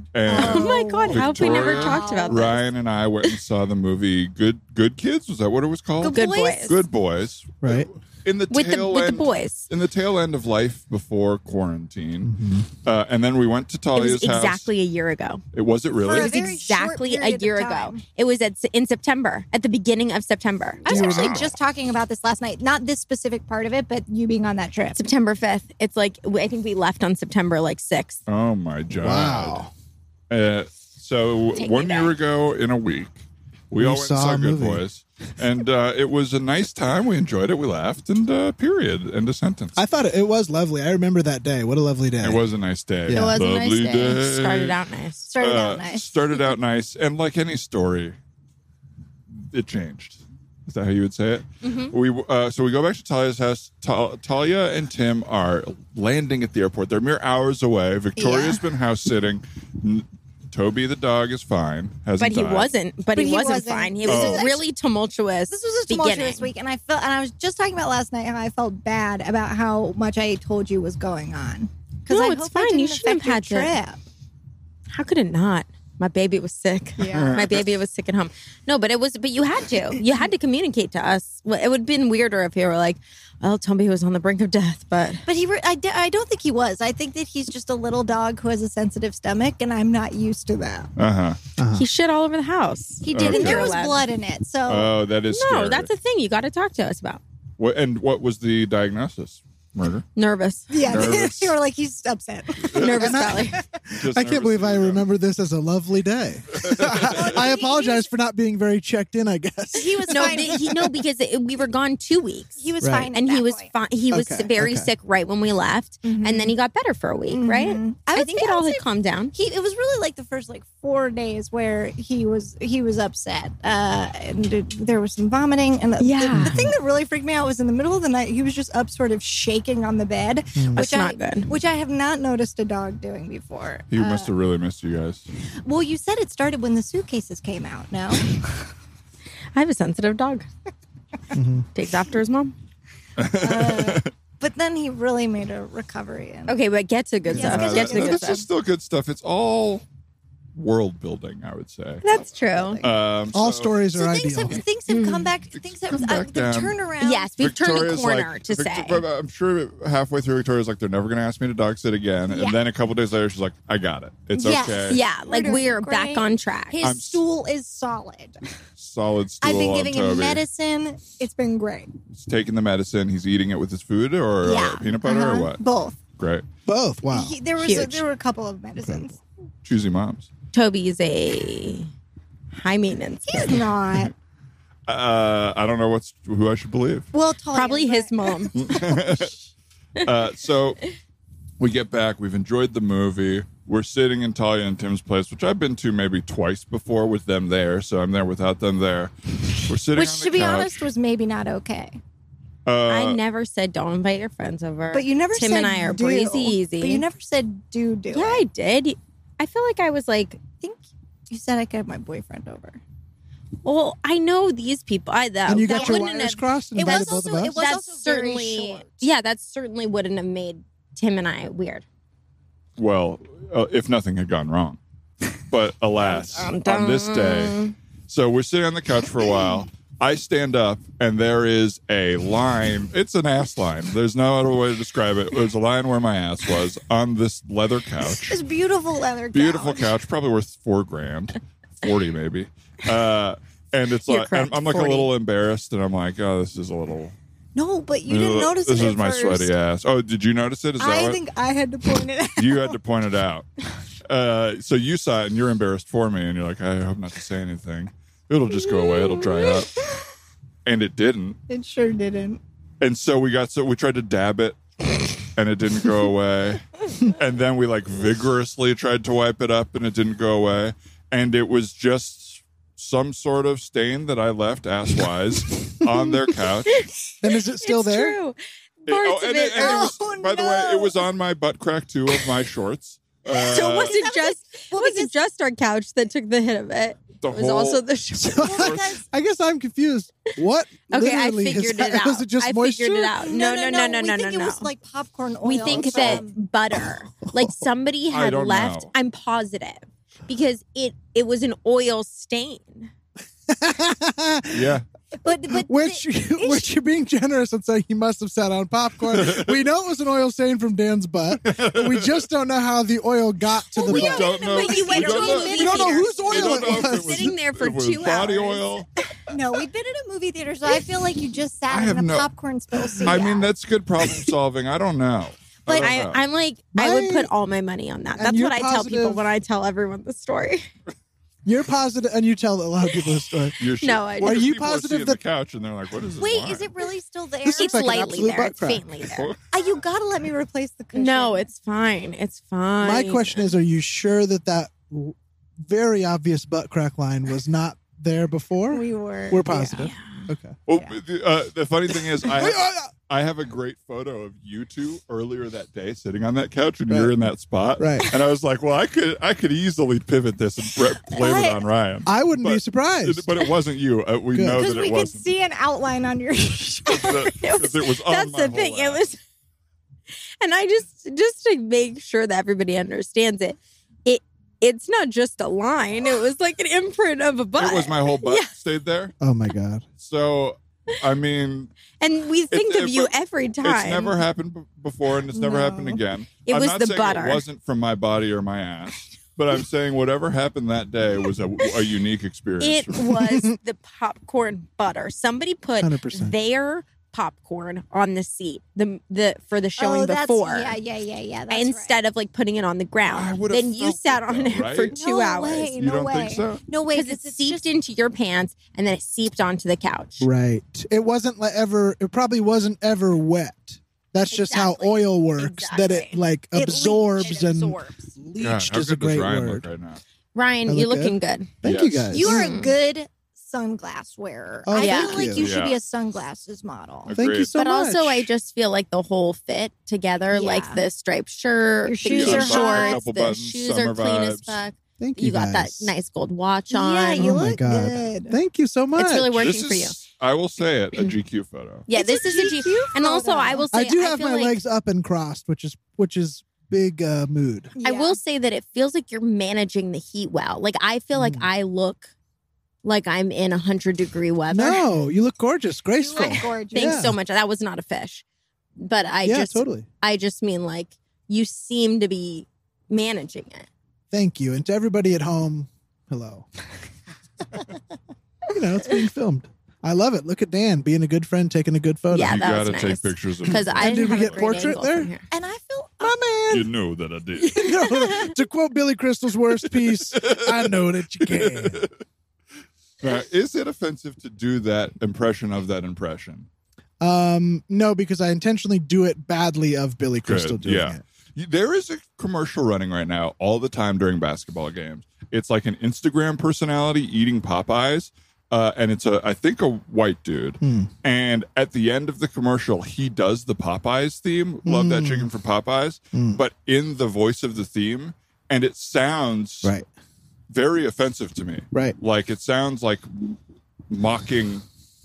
Oh And my god, how have we never Victoria, talked about this? Ryan and I went and saw the movie Good Good Kids. Was that what it was called? Good Good Boys? Boys. Good Boys. Right. in the with the tail with the end, boys. in the tail end of life before quarantine, Mm-hmm. uh, and then we went to It was Talia's house. exactly a year ago. It was it really? For It was a very short exactly a period of year ago. time. It was at, in September, at the beginning of September. I was actually just talking about this last night. Not this specific part of it, but you being on that trip. September 5th. It's like, I think we left on September like 6th. Oh my god! Wow. Uh, so Take me one year back. ago in a week, we We all went and saw saw a Good movie. Boys, and uh, it was a nice time. We enjoyed it. We laughed, and uh, period. End of sentence. I thought it, it was lovely. I remember that day. What a lovely day. it was a nice day. It was a nice Lovely day. Started out nice. Started Uh, out nice. Started out nice, and like any story, it changed. Is that how you would say it? Mm-hmm. We uh, so we go back to Talia's house. Ta- Talia and Tim are landing at the airport. They're mere hours away. Victoria's been house sitting. N- Toby the dog is fine. But Hasn't he died. wasn't. But, he, wasn't, fine. He was Oh. a really tumultuous. This was a tumultuous beginning. week, and I felt, and I was just talking about last night how I felt bad about how much I told you was going on. Because No, I it's hope fine. I didn't You shouldn't affect have your had trip. How could it not? My baby was sick. Yeah. My baby was sick at home. No, but it was. But you had to. You had to communicate to us. Well, It would have been weirder if you were like, "Well, Toby was on the brink of death," but But he, re- I, d- I don't think he was. I think that he's just a little dog who has a sensitive stomach, and I'm not used to that. Uh huh. he shit all over the house. He did, Okay. and there was Lab. blood in it. So Oh, that is No, scary. that's a thing you got to talk to us about. What- and what was the diagnosis? Murder. Nervous, yeah, nervous. you were like he's upset. nervous belly. Just I can't nervous believe I syndrome. remember this as a lovely day. I apologize for not being very checked in, I guess. he was No, fine. the, he, no, because it, we were gone two weeks. he was Right. fine, at and he that was point. fine. He was Okay, very okay. sick right when we left, and then he got better for a week, right? Mhm. Mm-hmm. I, I would think say- it I all would had say- calmed down. he it was really like the first like four days where he was he was upset uh and it- there was some vomiting and the, Yeah. the, the thing that really freaked me out was in the middle of the night he was just up sort of shaking on the bed Hmm. That's which not I, good. which i have not noticed a dog doing before Uh, He Uh, must have really missed you guys. well you said it started when the suitcases came out no I have a sensitive dog. Mm-hmm. Takes after his mom. but then he really made a recovery and Okay, but get to good Yeah, stuff. let's Get get to to the good Uh, this stuff. is still good stuff. It's all world building, I would say. That's true. Um, Oh, All so stories so are things ideal. have things have come back things have Hmm. come uh, back the down. turnaround Yes, we've turned a Victoria's corner like- to Victor- say. but uh, I'm sure halfway through, Victoria's like, they're never going to ask me to dog sit again. Yeah. And then a couple days later, she's like, I got it. It's Yes, okay. Yeah, like doing we're back great. on track. his I'm- stool is solid Solid stool. i've been on giving Toby. him medicine it's been great He's taking the medicine. He's eating it with his food or uh, Yeah. peanut butter Uh-huh. or what? Oh, both Great. Both. Wow. He- there was a, Huge. there were a couple of medicines. Choosy moms. Toby's a high maintenance. He's not. Uh, I don't know what's who I should believe. Well, Talia, Probably but- his mom. Uh, so we get back. We've enjoyed the movie. We're sitting in Talia and Tim's place, which I've been to maybe twice before with them there. So I'm there without them there. We're sitting. which on the to be couch. honest was maybe not okay. uh, I never said don't invite your friends over. But you never Tim said and I are do, breezy easy. But you never said do do. Yeah, it. I did. I feel like I was like, I think you said I could have my boyfriend over. well, I know these people. I that, and you Oh, that got your wouldn't wires have- crossed and It was invited both of also- it us? was- That also very certainly, short. yeah, that certainly wouldn't have made Tim and I weird. well, uh, if nothing had gone wrong. But alas, on this day. So we're sitting on the couch for a while. I stand up and there is a line. It's an ass line. There's no other way to describe it. There's a line where my ass was on this leather couch. This beautiful leather beautiful gown. couch, probably worth four grand, forty maybe. Uh, and it's You're like correct, I'm, I'm like 40. a little embarrassed, and I'm like, oh, this is a little. No, but you didn't Ugh, notice this it. is at my first. sweaty ass. Oh, did you notice it? Is that I what? think I had to point it out. you had to point it out. Uh, so you saw it, and you're embarrassed for me, and you're like, I hope not to say anything. It'll just go away. It'll dry up. And it didn't. It sure didn't. And so we got so we tried to dab it and it didn't go away. and then we like vigorously tried to wipe it up and it didn't go away. And it was just some sort of stain that I left ass wise on their couch. It- And is it still It's there? true. Parts oh, of and it. it- and it was- Oh, by the way, it no. was on my butt crack too of my shorts. Uh, so it wasn't just well, it wasn't just our couch that took the hit of it. the It was also the short. Well, because I guess I'm confused. What? Okay, I literally has figured it happened? out. Was it just I moisture? figured it out. No, no, no, no, we no, no, think It no. was like popcorn oil. We think from- that butter, like somebody I had don't left. know. I'm positive because it it was an oil stain. yeah. But but Which, which you're being generous and saying he must have sat on popcorn. we know it was an oil stain from Dan's butt. But we just don't know how the oil got to the we butt. don't know. But you went to We don't a know. movie We don't know theater. whose We oil don't know if was. it was Sitting there for if it was two body hours. oil. no, we've been in a movie theater, so I feel like you just I sat in have a no- popcorn spill seat. I mean, that's good problem solving. I don't know. But don't I, know. I'm like, I would My- put all my money on that. And That's you're what I tell people positive- when I tell everyone the story. You're positive, and you tell a lot of people this story. You're sure. No, I- What Are if you people positive seeing the that- couch and they're like, "What is this?" wait, wine? Oh, is it really still there? This looks It's like an lightly absolute there. butt It's crack. faintly there. Uh, you gotta let me replace the cushion. No, it's fine. It's fine. My question is: Are you sure that that w- very obvious butt crack line was not there before? we were. We're positive. Yeah. Okay. Well, the, uh, the funny thing is, I Wait, have, uh, I have a great photo of you two earlier that day sitting on that couch, and Right. you're in that spot. Right. And I was like, "Well, I could, I could easily pivot this and bre- blame it But- on Ryan." I wouldn't be But- surprised. But it wasn't you. Uh, we Good. know Because that we it could wasn't. see an outline on your Oh, shoulder. That- It was- that it was on That's my the whole thing. It ass. was, and I just just to make sure that everybody understands it. It it's not just a line. It was like an imprint of a butt. It was my whole butt Yeah. stayed there. oh my god! So, I mean, and we think It's- of it- you every time. It's never happened b- before, and it's never happened No. again. It I'm was not the saying butter. It wasn't from my body or my ass, but I'm saying whatever happened that day was a, a unique experience. It for me. was the popcorn butter. Somebody put 100%. their popcorn on the seat the the for the showing oh, that's, before. Yeah, yeah, yeah, yeah. That's right. Instead of like putting it on the I ground, would've then you felt sat it, on though, it right? for two No hours way. you don't no think way. so? No way. because it it's seeped just- into your pants and then it seeped onto the couch. Right. It wasn't like ever. It probably wasn't ever wet. That's just how Exactly. oil works. That it Exactly. like It leaked, absorbs it and absorbs. God, leached how is a good does great Ryan word. look right now? Ryan, I you look looking good. Thank Yes. you guys. You are a Mm. good sunglass wearer. Oh, I thank feel like you. you should be Yeah. a sunglasses model. Agreed. Thank you so but much. also, I just feel like the whole fit together, Yeah. like the striped shirt, Your the shoes cute are hot. shorts, Couple the buttons, shoes summer are clean as vibes. fuck. Thank you. You got that guys. nice gold watch on. Yeah, you Oh my look God. good. Thank you so much. it's really working This for you. is- I will say it, a GQ photo. Yeah, It's a this is a G. GQ And also, photo. I will say, I do have feel my like, legs up and crossed, which is which is big uh, mood. I Yeah. will say that it feels like you're managing the heat well. Like I feel like Mm. I look like I'm in hundred degree weather. No, you look gorgeous, You graceful. look gorgeous. Thanks Yeah. so much. That was not a fish, but I yeah, just, totally. I just mean like you seem to be managing it. Thank you, and to everybody at home, hello. you know, it's being filmed. I love it. Look at Dan being a good friend, taking a good photo. Yeah, you that was gotta nice. take pictures of Because I Mm. And did didn't we have get a great portrait angle there? from here. And I feel my man. You know that I did. No, to quote Billy Crystal's worst piece, I know that you can. Now, is it offensive to do that impression of that impression? Um, no, because I intentionally do it badly of Billy Crystal doing yeah. it. You- There is a commercial running right now all the time during basketball games. It's like an Instagram personality eating Popeyes, uh, and it's a I think a white dude. Hmm. And at the end of the commercial, he does the Popeyes theme. Love Hmm. that chicken for Popeyes, Mm. but in the voice of the theme, and it sounds Right, very offensive to me. right. Like it sounds like mocking.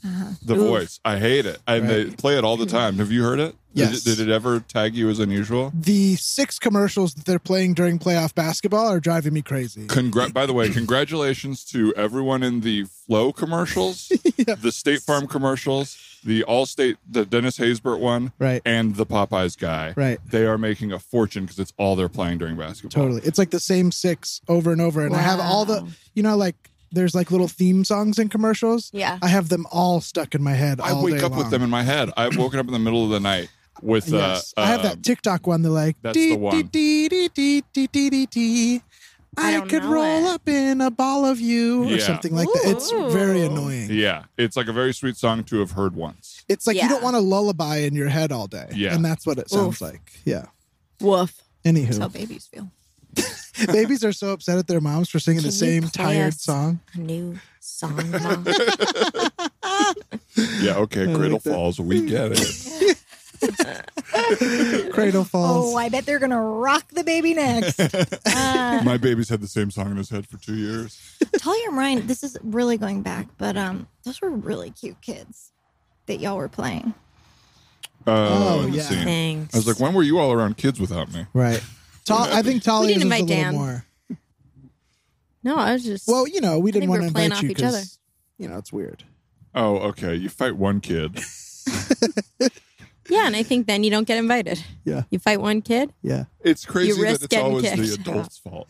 Uh-huh. The Oof. voice, I hate it, and they play it all the time. Have you heard it? Did Yes. it- did it ever tag you as unusual? The six commercials that they're playing during playoff basketball are driving me crazy. Congrat! By the way, congratulations to everyone in the Flow commercials, the State Farm commercials, the Allstate, the Dennis Haysbert one, Right. and the Popeyes guy. Right. They are making a fortune because it's all they're playing during basketball. Totally. It's like the same six over and over. And I have all the, Wow. you know, like there's like little theme songs in commercials. Yeah. I have them all stuck in my head. I all wake day up with long. them uh, in my head. I've woken up in the middle of the night with. yes. Uh, I have uh, that TikTok one. They're like, that's the "Dee, one." dee, dee, dee, dee, dee, dee, dee. I I don't could know roll it. up in a ball of you or Yeah. something like that. It's very Ooh. annoying. Yeah, it's like a very sweet song to have heard once. It's like you Yeah. don't want a lullaby in your head all day. Yeah. And that's what it sounds like. Yeah. Woof. Anywho, how babies feel. babies are so upset at their moms for singing Can the you same play tired us? song. A new song. Mom. Yeah, okay, like Cradle that. Falls, we get it. Cradle Falls. Oh, I bet they're gonna rock the baby next. uh, My baby's had the same song in his head for two years. tell your mind. This is really going back, but um, those were really cute kids that y'all were playing. Uh, Oh, let's yeah. see. Thanks. I was like, when were you all around kids without me? Right. Ta- I think Tali We is a didn't little invite Dan. more. no, I was just. Well, you know, we didn't think we want were to playing invite you off each other. because you know it's weird. Oh, okay. You fight one kid. Yeah, and I think then you don't get invited. Yeah. You fight one kid. Yeah. It's crazy that risk it's getting always the kicked adult's fault.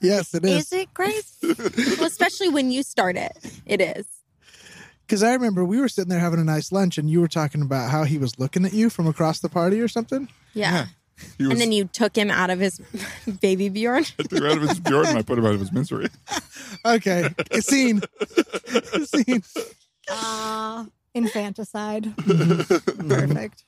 Yes, it is. Is it crazy? Well, especially when you start it. It is. Because I remember we were sitting there having a nice lunch, and you were talking about how he was looking at you from across the party or something. Yeah. He was And then you took him out of his baby Bjorn. I took him out of his Bjorn and I put him out of his misery. Okay, scene, scene. Ah, infanticide. Perfect.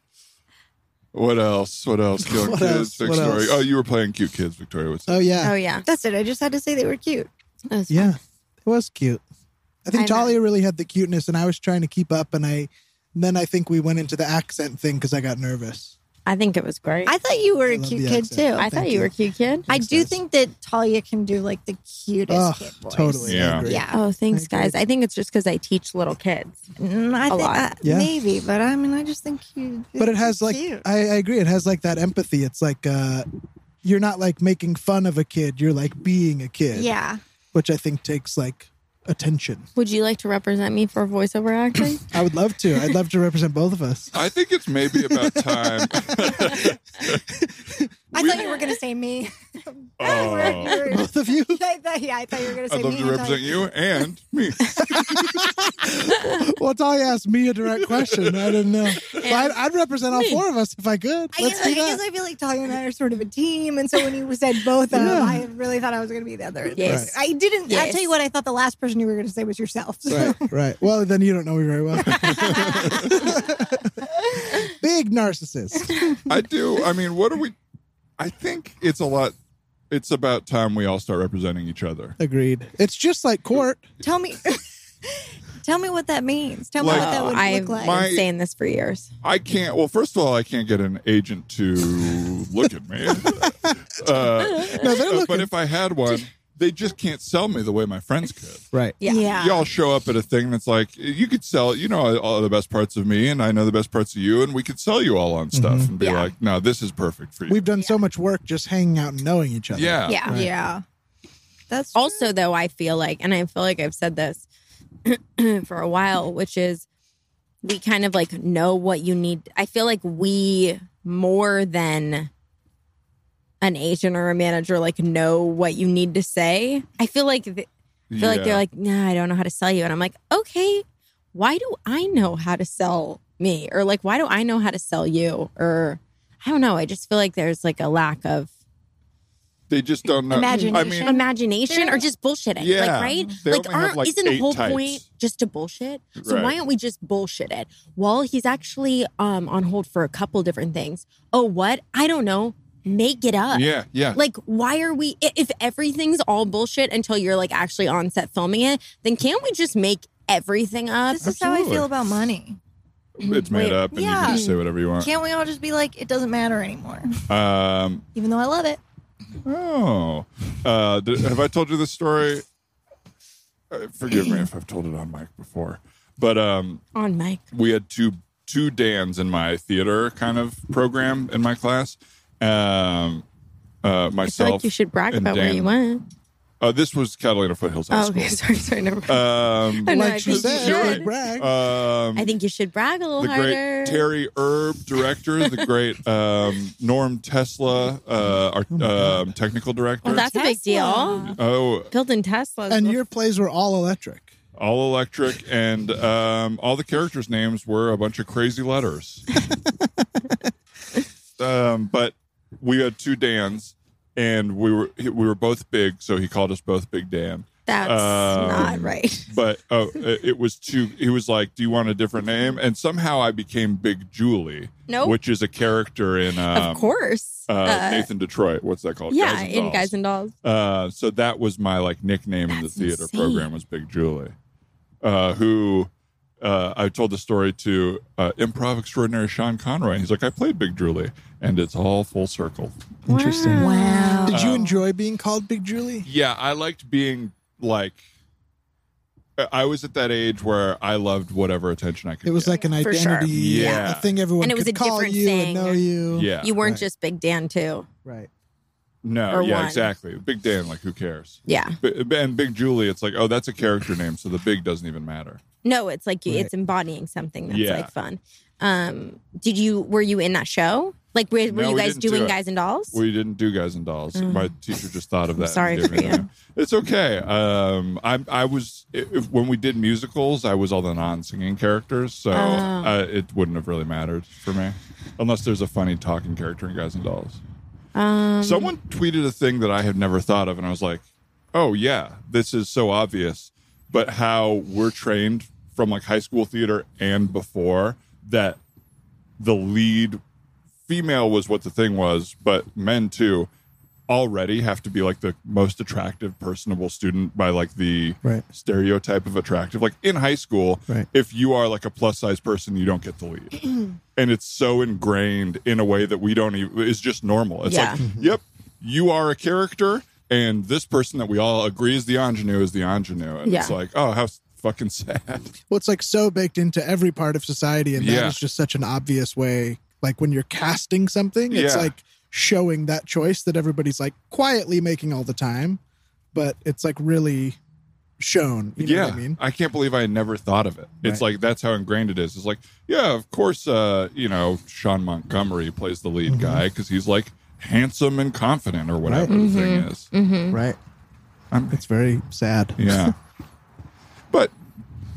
What else? What else? Killing What kids, else? sex What story. else? Oh, you were playing cute kids, Victoria. What's Oh yeah, Oh yeah. That's it. I just had to say they were cute. That was yeah, it was cute. I think I know. Talia really had the cuteness, and I was trying to keep up, and I then I think we went into the accent thing because I got nervous. I think it was great. I, I thought you were a love cute the kid accent. too. I, thank thought you, you. were a cute kid. do guys. think that Talia can do like the cutest Oh, kid voice. totally. I Yeah. agree. Yeah. Oh, thanks, Thank you. guys. I think it's just because I teach little kids. Mm, I A think lot. uh, Yeah. maybe, but I mean, I just think you. but it it's has like cute. I, I agree it has like that empathy it's like uh you're not like making fun of a kid you're like being a kid yeah. which i think takes like attention Would you like to represent me for voiceover acting? i would love to i'd love to represent both of us I think it's maybe about time. I We- thought you were gonna say me. Oh. I both of you thought, yeah, I thought you were gonna say I'd love me. to and represent Talia. you and me. well Talia asked me a direct question i didn't know But I'd, I'd represent all me. four of us if i could I let's guess, I do guess that I feel like Talia and I are sort of a team, and so when you said both of Yeah. them, I really thought I was going to be the other. Yes. I didn't. I'll Yes. tell you what, I thought the last person you were going to say was yourself. So. right right well then you don't know me very well big narcissist I do. I mean, what are we? I think it's a lot. It's about time we all start representing each other. agreed it's just like court Tell me, tell me what that means. Tell me Like, what that would Oh, I've look like. my- been saying this for years. I can't. Well, first of all, I can't get an agent to look at me. Uh, no they're but looking if I had one, they just can't sell me the way my friends could. right Yeah. Ah. Y'all show up at a thing that's like, you could sell, you know, all the best parts of me, and I know the best parts of you, and we could sell you all on stuff and be Yeah. like, no, this is perfect for you. We've done so much work just hanging out and knowing each other. yeah. Yeah. Right. yeah. That's Also, though, I feel like, and I feel like I've said this for a while, which is we kind of like know what you need. I feel like we more than an agent or a manager like know what you need to say. I feel like th- I feel like they're Yeah. like, nah, I don't know how to sell you, and I'm like, okay, why do I know how to sell me, or like, why do I know how to sell you, or I don't know. I just feel like there's like a lack of They just don't know. Uh, I Imagination. mean, imagination or just bullshitting. Yeah. Like, right? They like, only have, like, isn't the eight whole types. point just to bullshit? So Right. why aren't we just bullshit it? Well, he's actually um, on hold for a couple different things. Oh, what? I don't know. Make it up. yeah, yeah. Like, why are we? i- If everything's all bullshit until you're like actually on set filming it, then can't we just make everything up? This is how I Absolutely. feel about money. it's made wait, up, and you yeah. can just say whatever you want. Can't we all just be like, it doesn't matter anymore? Um, Even though I love it. Oh, uh, did, have I told you this story? Uh, forgive me if I've told it on mic before, but um, on mic. we had two two Dans in my theater kind of program in my class. Um, uh, I feel myself. like you should brag and about where Dan. you went. Uh, this was Catalina Foothills High Oh, okay. School. Sorry, sorry. Never mind. Um, I know, I Like she think you said, Sure. big should. brag. um, I think you should brag a little the harder. great Terry Erb, director, the great um, Norm Tesla, uh, our um, technical director. Oh well, that's a big Tesla. deal. oh, Built in Teslas. and your plays were all electric. all electric and um, all the characters names were a bunch of crazy letters um, but we had two dans and we were we were both big so he called us both big dan That's Um, not right. but oh it it was too he was like do you want a different name and somehow i became big julie Nope. which is a character in um, of course. uh, Uh, nathan detroit what's that called yeah, Guys and in Dolls. Guys and Dolls. Uh, so that was my like nickname in the That's theater insane. program was Big Julie, uh, who uh, I told the story to uh, improv extraordinary Sean Conroy. And he's like, I played Big Julie, and it's all full circle. Interesting. Wow. Uh, Did you enjoy being called Big Julie? Yeah, I liked being like. I- I was at that age where I loved whatever attention I could. It was get. like an For sure. identity, Yeah. a thing everyone And it was could a call different you thing. and know you. yeah, You weren't Right. just Big Dan too. Right. No, Or yeah, one. exactly. Big Dan, like who cares? Yeah. But, and Big Julie, it's like, oh, that's a character name, so the big doesn't even matter. No, it's like Right. it's embodying something that's Yeah. like fun. Um, did you were you in that show? Like were, were No, you we guys didn't do doing it. guys and dolls? Mm. We didn't do guys and dolls. My teacher just thought of that. and sorry gave for me you. that. It's okay. Um, I I was if, when we did musicals, I was all the non-singing characters, Oh. so uh, it wouldn't have really mattered for me, unless there's a funny talking character in guys and dolls. um, Someone tweeted a thing that I had never thought of, and I was like, "Oh yeah, this is so obvious." But how we're trained from like high school theater and before that, the lead female was what the thing was, but men too already have to be like the most attractive, personable student by like the Right. stereotype of attractive. Like in high school, Right. if you are like a plus size person, you don't get the lead. and it's so ingrained in a way that we don't even, is just normal. It's Yeah. like, Mm-hmm. yep, you are a character. And this person that we all agree is the ingenue is the ingenue. And it's Yeah. like, oh, how s- fucking sad. Well, it's like so baked into every part of society, and that Yeah. is just such an obvious way. Like when you're casting something, it's Yeah. like showing that choice that everybody's like quietly making all the time, but it's like really shown. You know yeah, what I mean? can't believe I had never thought of it. It's like that's how ingrained it is. It's like, yeah, of course, uh, you know, Sean Montgomery plays the Mm-hmm. lead guy because he's like handsome and confident or whatever Right. the thing Mm-hmm. is. Right. I'm- it's very sad. Yeah, but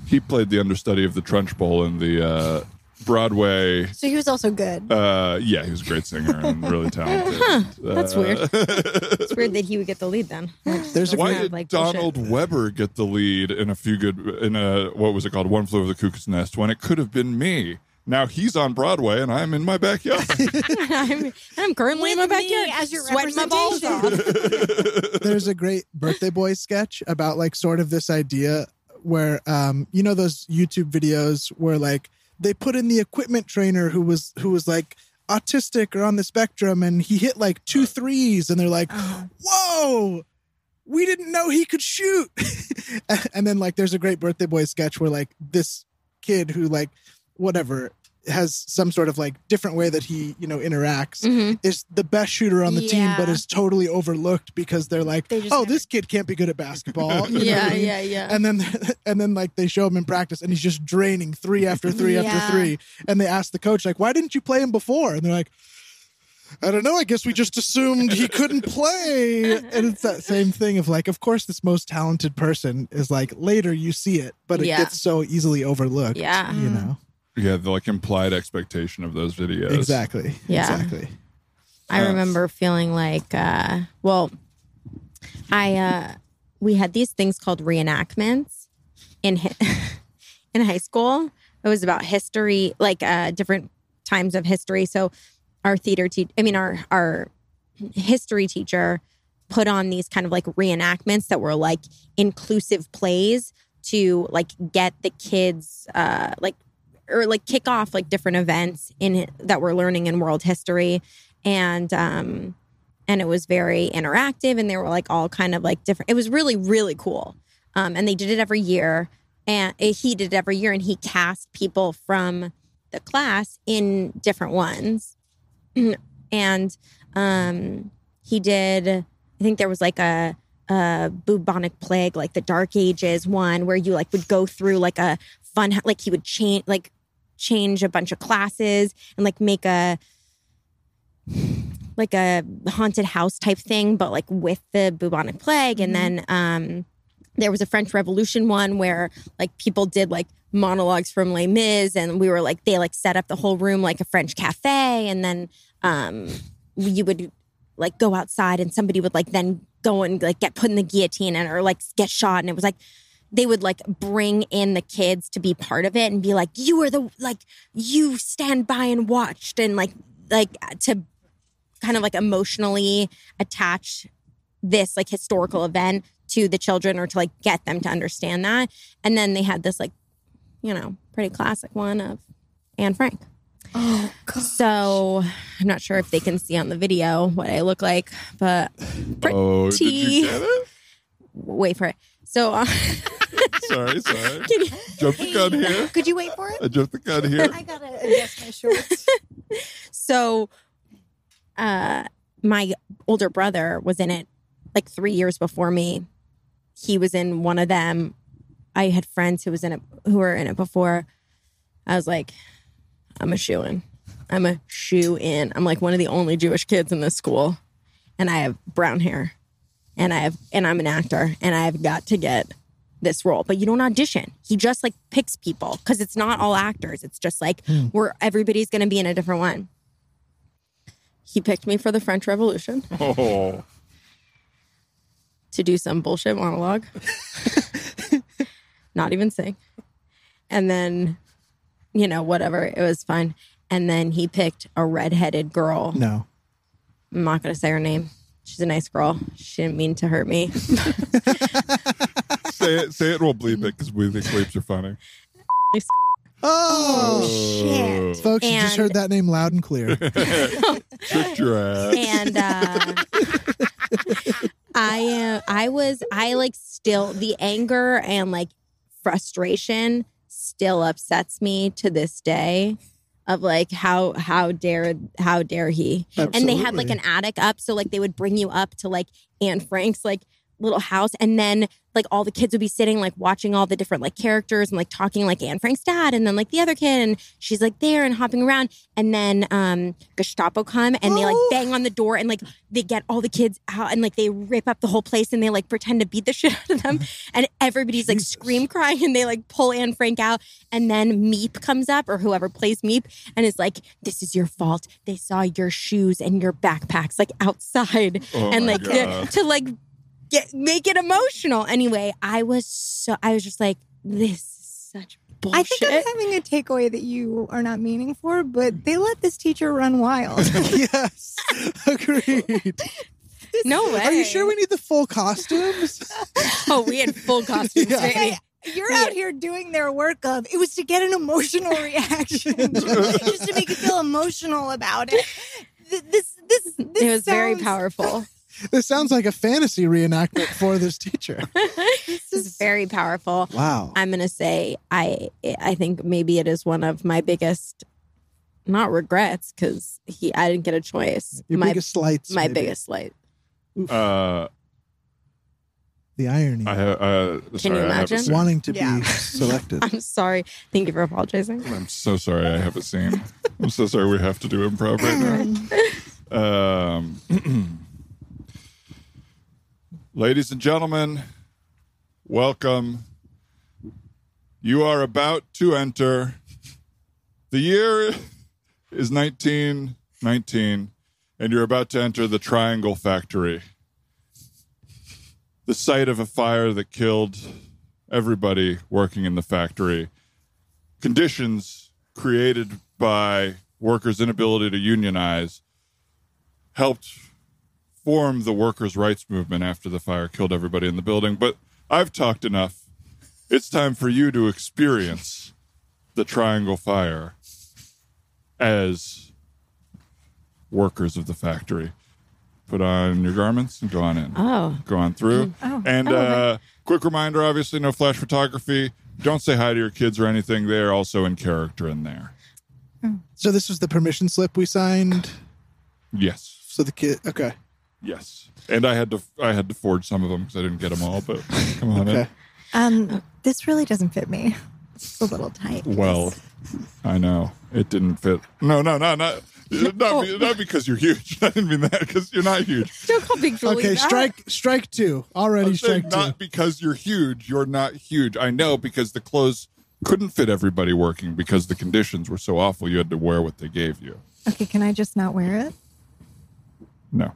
he played the understudy of the Trunch Bowl in the uh, Broadway. So he was also good. Uh, yeah, he was a great singer and really talented. that's Uh, weird. it's weird that he would get the lead then. There's a Why Yeah, did like oh, bullshit. Donald Weber get the lead in a few good in a what was it called One Flew Over the Cuckoo's Nest when it could have been me? Now he's on Broadway and I'm in my backyard. I'm, I'm currently in my With me backyard as your sweating my balls off. representation. there's a great birthday boy sketch about like sort of this idea where um you know those youtube videos where like they put in the equipment trainer who was who was like autistic or on the spectrum and he hit like two threes and they're like Uh. whoa we didn't know he could shoot and then like there's a great birthday boy sketch where like this kid who like whatever has some sort of like different way that he you know interacts Mhm. is the best shooter on the team, but Yeah. is totally overlooked because they're like, They just oh, never- this kid can't be good at basketball. You know what Yeah, I mean? yeah, yeah. And then, and then, like they show him in practice, and he's just draining three after three Yeah. after three. And they ask the coach, like, "Why didn't you play him before?" And they're like, "I don't know. I guess we just assumed he couldn't play." And it's that same thing of like, of course, this most talented person is like later you see it, but it Yeah. gets so easily overlooked. Yeah. you know yeah, the like implied expectation of those videos. exactly. Yeah. exactly. I Uh, remember feeling like, uh, well, I uh, we had these things called reenactments in hi- in high school. It was about history, like uh, different times of history. So our theater teacher, I mean our our history teacher, put on these kind of like reenactments that were like inclusive plays to like get the kids uh, like or like kick off like different events in that we're learning in world history and um and it was very interactive and they were like all kind of like different it was really really cool um and they did it every year and eh, he did it every year and he cast people from the class in different ones and um he did i think there was like a a bubonic plague like the dark ages one where you like would go through like a fun like he would change like change a bunch of classes and like make a like a haunted house type thing, but like with the bubonic plague. And then um, there was a French Revolution one where like people did like monologues from Les Mis, and we were like they like set up the whole room like a French cafe, and then um, you would like go outside, and somebody would like then go and like get put in the guillotine and or like get shot, and it was like. They would like bring in the kids to be part of it and be like, you are the, like, you stand by and watched and like, like to kind of like emotionally attach this like historical event to the children or to like get them to understand that. And then they had this like, you know, pretty classic one of Anne Frank. oh, God. So I'm not sure if they can see on the video what I look like, but Oh, did Pretty. you get it? wait for it. So uh, Sorry, sorry. can you- Jump the gun here. Could you wait for it? I jumped the gun here. I gotta adjust my shorts. so uh my older brother was in it like three years before me. He was in one of them. I had friends who was in it who were in it before. I was like, I'm a shoe in. I'm a shoe in. I'm like one of the only Jewish kids in this school, and I have brown hair, and I have and I'm an actor, and I have got to get this role. But you don't audition. He just like picks people because it's not all actors. It's just like where everybody's going to be in a different one. He picked me for the French Revolution Oh, to do some bullshit monologue, not even sing. And then, you know, whatever, it was fun. And then he picked a redheaded girl. No. I'm not going to say her name. She's a nice girl. She didn't mean to hurt me. say it, say it. We'll bleep it because we think bleeps are funny. Oh, Shit. folks, you just And- heard that name loud and clear. Tricked your ass. and uh, I am. I was. I like still the anger and like frustration still upsets me to this day. Of like how how dare how dare he? And they had like an attic up, so like they would bring you up to like Anne Frank's like little house, and then like all the kids would be sitting like watching all the different like characters and like talking like Anne Frank's dad, and then like the other kid, and she's like there and hopping around, and then um Gestapo come and they like bang on the door and like they get all the kids out and like they rip up the whole place and they like pretend to beat the shit out of them, and everybody's like scream crying and they like pull Anne Frank out, and then Meep comes up or whoever plays Meep and is like, "This is your fault. They saw your shoes and your backpacks like outside, Oh and my like to, God. to like get make it emotional." Anyway, I was so I was just like, "This is such I bullshit." think I'm having a takeaway that you are not meaning for, but they let this teacher run wild. yes, agreed. no way. Are you sure we need the full costumes? oh, we had full costumes. Yeah. baby. Okay, You're out here doing their work of it was to get an emotional reaction, just to make you feel emotional about it. Th- This, this, this It was very sounds- powerful. this sounds like a fantasy reenactment for this teacher. This is very powerful. Wow. I'm gonna say I I think maybe it is one of my biggest not regrets because he I didn't get a choice. Your my biggest slights. my maybe. biggest light. Uh, The irony. I have. Uh, sorry, you I have a imagine? scene. wanting to Yeah. be selected. I'm sorry. Thank you for apologizing. I'm so sorry I have a scene. I'm so sorry we have to do improv right now. Um, ladies and gentlemen, welcome. You are about to enter. The year is 1919, and you're about to enter the Triangle Factory, the site of a fire that killed everybody working in the factory conditions created by workers' inability to unionize helped form the workers' rights movement after the fire killed everybody in the building. But I've talked enough. It's time for you to experience the Triangle Fire as workers of the factory. Put on your garments and go on in Oh. go on through. and uh, quick reminder obviously, no flash photography. Don't say hi to your kids or anything. They're also in character in there. So this was the permission slip we signed. Yes. So the kid. Okay. Yes. And I had to I had to forge some of them because I didn't get them all, but come on Okay. Um, this really doesn't fit me. It's a little tight. in. Well, I know. It didn't fit. No, no, no, not not, be- not because you're huge. I didn't mean that because you're not huge. Don't call Big Julie. Okay. that. Strike. Strike two. Already I'm saying strike two. not because you're huge. You're not huge. I know because the clothes couldn't fit everybody working because the conditions were so awful. You had to wear what they gave you. Okay, can I just not wear it? No.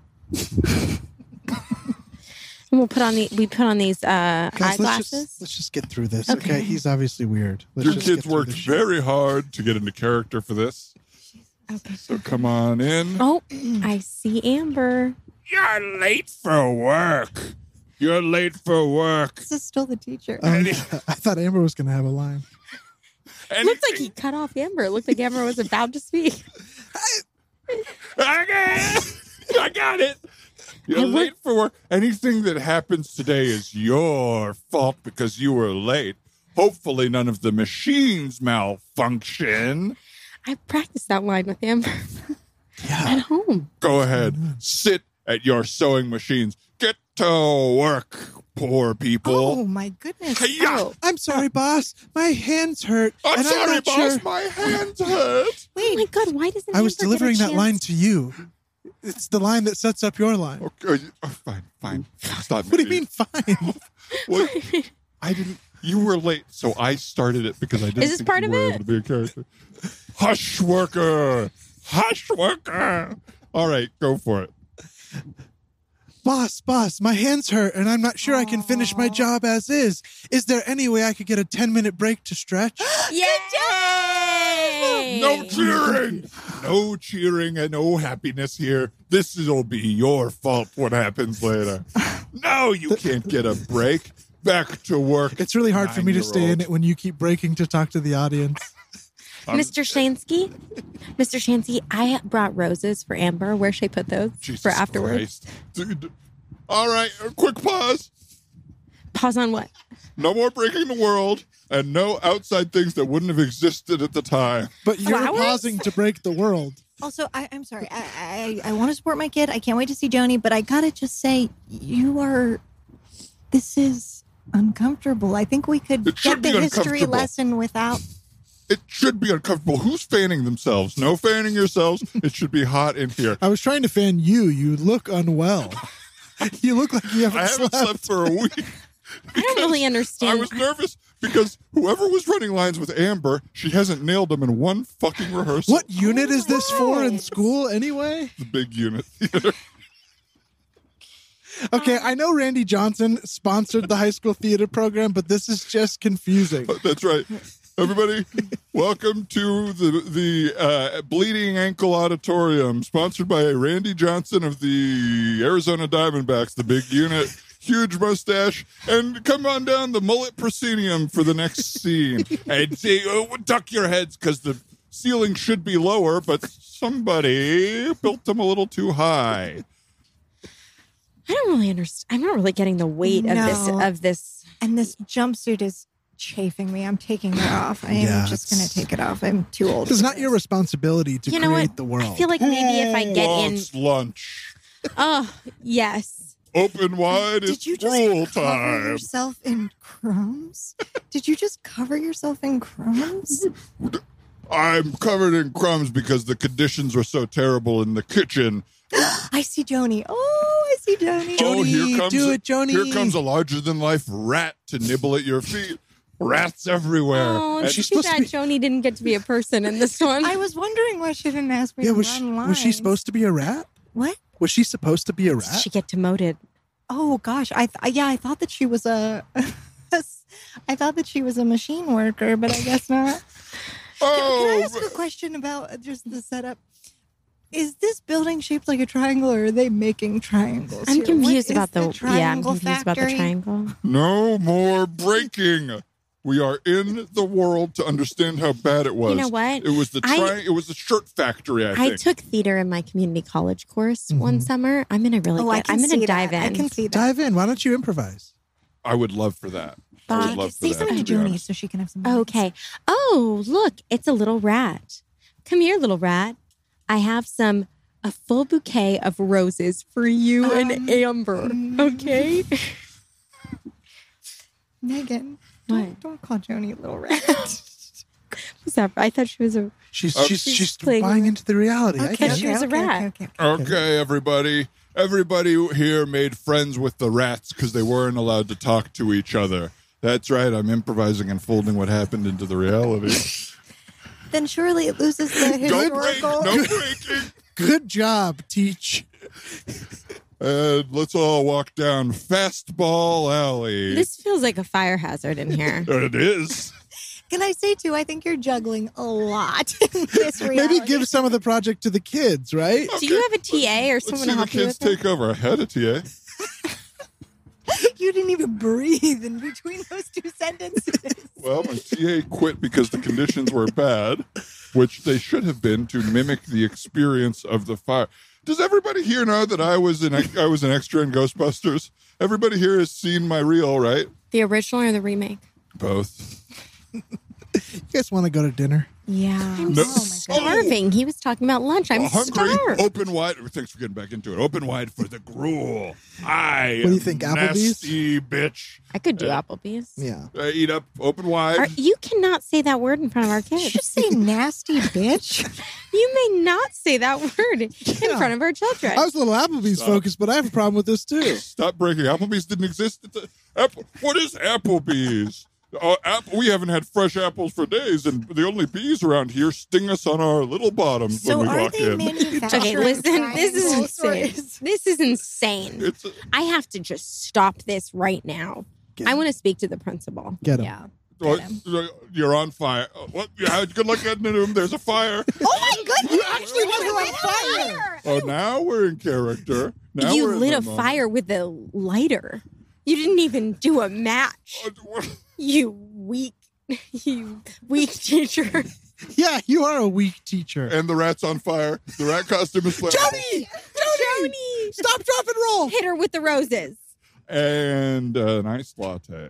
And we'll put on the we put on these uh, Guys, let's eyeglasses. just, let's just get through this. Okay. He's obviously weird. Let's Your just get kids through worked this shit. very hard to get into character for this. So come on in. Oh, I see Amber. You're late for work. You're late for work. This is still the teacher. Um, I thought Amber was going to have a line. Looks like he cut off Amber. Looked like Amber was about to speak. I got, I got it. You're I work- late for work. Anything that happens today is your fault because you were late. Hopefully, none of the machines malfunction. I practiced that line with Amber. at home. Go Mm-hmm. ahead, sit at your sewing machines. Get to work, poor Oh people. my goodness. Hi-ya! Oh, I'm sorry, boss. My hands hurt. Uh, I'm and sorry, I'm not boss. Sure. My hands hurt. Oh my god, why doesn't I was Amber get a delivering that chance? line to you. It's the line that sets up your line. Okay, oh, fine, fine. Stop. What do you mean, fine? What? I didn't. You were late, so I started it because I didn't. Is this think part you of were it? able to be a character. Hush worker, hush worker. All right, go for it. boss, boss, my hands hurt and I'm not sure I can finish my job as is. Is there any way I could get a 10 minute break to stretch? Yay! No cheering, no cheering, and no happiness here. This will be your fault. What happens later? No, you can't get a break. Back to work. it's really hard for me to stay in Nine-year-old. it when you keep breaking to talk to the audience. Mr. Shansky, Mr. Shansky, I brought roses for Amber. Where should I put those Jesus for afterwards? Christ. Dude. All right, a quick pause. Pause on what? No more breaking the world, and no outside things that wouldn't have existed at the time. But you're Flowers? pausing to break the world. Also, I, I'm sorry. I, I, I want to support my kid. I can't wait to see Joni, but I gotta just say, you are. This is uncomfortable. I think we could It get should the be history uncomfortable. lesson without. It should be uncomfortable. Who's fanning themselves? No fanning yourselves. It should be hot in here. I was trying to fan you. You look unwell. you look like you haven't, I haven't slept. slept for a week. I don't really I understand. was nervous because whoever was running lines with Amber, she hasn't nailed them in one fucking rehearsal. What unit is this for in God. school anyway? The big unit theater. Okay, I know Randy Johnson sponsored the high school theater program, but this is just confusing. That's right. Everybody, welcome to the the uh, Bleeding Ankle Auditorium, sponsored by Randy Johnson of the Arizona Diamondbacks, the big unit, huge mustache, and come on down the mullet proscenium for the next scene. and say, oh, duck your heads because the ceiling should be lower, but somebody built them a little too high. I don't really understand. I'm not really getting the weight of No. this of this. And this jumpsuit is chafing me. I'm taking it off. I am Yeah, just it's- gonna take it off. I'm too old. It's for not this. your responsibility to you know create what? the world. I feel like maybe if I Who get in, wants lunch. oh yes, Open wide. Did it's you just rule cover time. yourself in crumbs? Did you just cover yourself in crumbs? I'm covered in crumbs because the conditions were so terrible in the kitchen. I see Joni. Oh, I see Joni. Oh, here comes do a- it, Joni. Here comes a larger than life rat to nibble at your feet. Rats everywhere. oh, And it's she's too supposed to bad Joni didn't get to be a person in this one. I was wondering why she didn't ask me yeah, to was run she, was lines. she supposed to be a rat? What? Was she supposed to be a Did rat? she get demoted? Oh gosh, I th- yeah, I thought that she was a, I thought that she was a machine worker, but I guess not. Can I oh, ask a question about uh, just the setup? Is this building shaped like a triangle, or are they making triangles? I'm here? What confused is about the, yeah. I'm triangle confused about the factory? triangle. no more breaking. We are in the world to understand how bad it was. You know what? It was the I- tri- it was the shirt factory, I I, think. took theater in my community college course one summer. I'm gonna really. Oh, get, I can I'm gonna see dive that. in. I can see that. Dive in. Why don't you improvise? I would love for that. I Bob, would love for Say that. something to to be Joni honest. so she can have some. Okay. Oh, look, it's a little rat. Come here, little rat. I have some a full bouquet of roses for you Um, and Amber. Okay. Megan, What? don't, don't call Joni a little rat. What's that? I thought she was a. She's Oh. she's She's she's playing buying with- into the reality. I Okay, get she it. was a okay, okay, rat. okay, okay. Okay, everybody. Everybody here made friends with the rats because they weren't allowed to talk to each other. That's right. I'm improvising and folding what happened into the reality. Then surely it loses the Don't break. historical. No breaking. Good job, teach. And let's all walk down Fastball Alley. This feels like a fire hazard in here. it is. Can I say too? I think you're juggling a lot in this reality. Maybe give some of the project to the kids, right? Do you have a TA or Let's someone see to the help you kids with it? take over. I had a TA. you didn't even breathe in between those two sentences. Well, my TA quit because the conditions were bad, which they should have been to mimic the experience of the fire. Does everybody here know that I was an I was an extra in Ghostbusters? Everybody here has seen my reel, right? The original or the remake? Both. You guys want to go to dinner? Yeah. Oh, I'm No. starving. He was talking about lunch. I'm Oh. hungry. Oh. starved. Open wide. Thanks for getting back into it. Open wide for the gruel. I What do you am think, Applebee's? nasty bitch. I could do Applebee's. Yeah. I eat up. Open wide. Are- you cannot say that word in front of our kids. you say nasty bitch? You may not say that word in Yeah. front of our children. I was a little Applebee's Stop. focused, but I have a problem with this too. Stop breaking. Applebee's didn't exist. At the, Apple, what is Applebee's? Uh, apple, we haven't had fresh apples for days, and the only bees around here sting us on our little bottoms so when we are walk they in. manufacturing? okay, listen. This is triangles or insane. This is insane. it's a- I have to just stop this right now. Get I want to speak to the principal. Get him. Yeah. well, uh, you're on fire. Uh, What? Yeah, good luck getting into him. There's a fire. Oh my goodness! You actually wasn't on fire. Oh, now we're in character. Now we're you in lit the a moment. fire with a lighter. You didn't even do a match. Uh, what- You weak, you weak teacher. Yeah, you are a weak teacher. And the rat's on fire. The rat costume is flammable. Jody, Joni, stop, drop, and roll. hit her with the roses. And uh, an iced latte.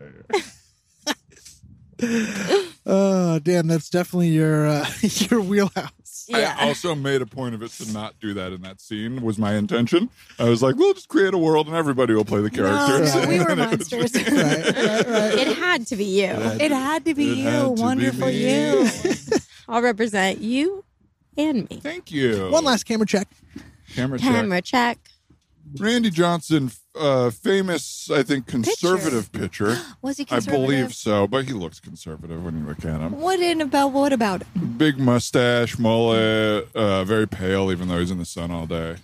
Oh, damn, that's definitely your uh, your wheelhouse. Yeah. I also made a point of it to not do that in that scene. Was my intention. I was like, we'll just create a world and everybody will play the characters. no, And we then were it was monsters. me. Right, right, right. it had to be you. It had to be It you, had to be wonderful me. you. I'll represent you and me. Thank you. One last camera check. camera, check. Camera check. Randy Johnson, uh, famous, I think, conservative pitcher. Was he I conservative? believe so, but he looks conservative when you look at him. What in about what about? Big mustache, mullet, uh, very pale, even though he's in the sun all day.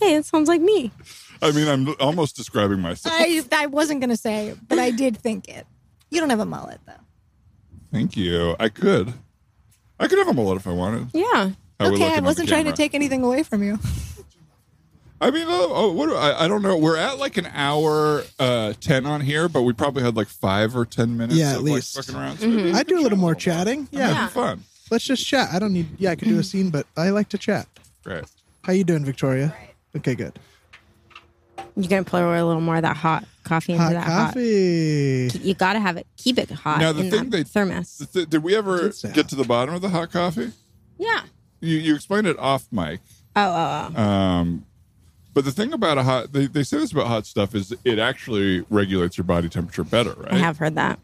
Hey, it sounds like me. I mean, I'm almost describing myself. I I wasn't gonna say, it, but I did think it. You don't have a mullet though. Thank you. I could. I could have a mullet if I wanted. Yeah. How we looking okay, I on the wasn't trying to camera? take anything away from you. I mean, oh, oh, what do I, I don't know. We're at like an hour uh, ten on here, but we probably had like five or ten minutes. Yeah, at of, least. Like, fucking Mm-hmm. around. I do a little more chatting. Yeah. It'd be fun. Let's just chat. I don't need yeah, I could do a scene, but I like to chat. Great. How you doing, Victoria? Okay, good. You're going to pour a little more of that hot coffee into Hot that coffee. hot. You got to have it. Keep it hot Now, the in that thing they- thermos. Th- th- Did we ever Good stuff. get to the bottom of the hot coffee? yeah. You, you explained it off mic. Oh, oh, oh. Um, but the thing about a hot, they, they say this about hot stuff is it actually regulates your body temperature better, right? I have heard that.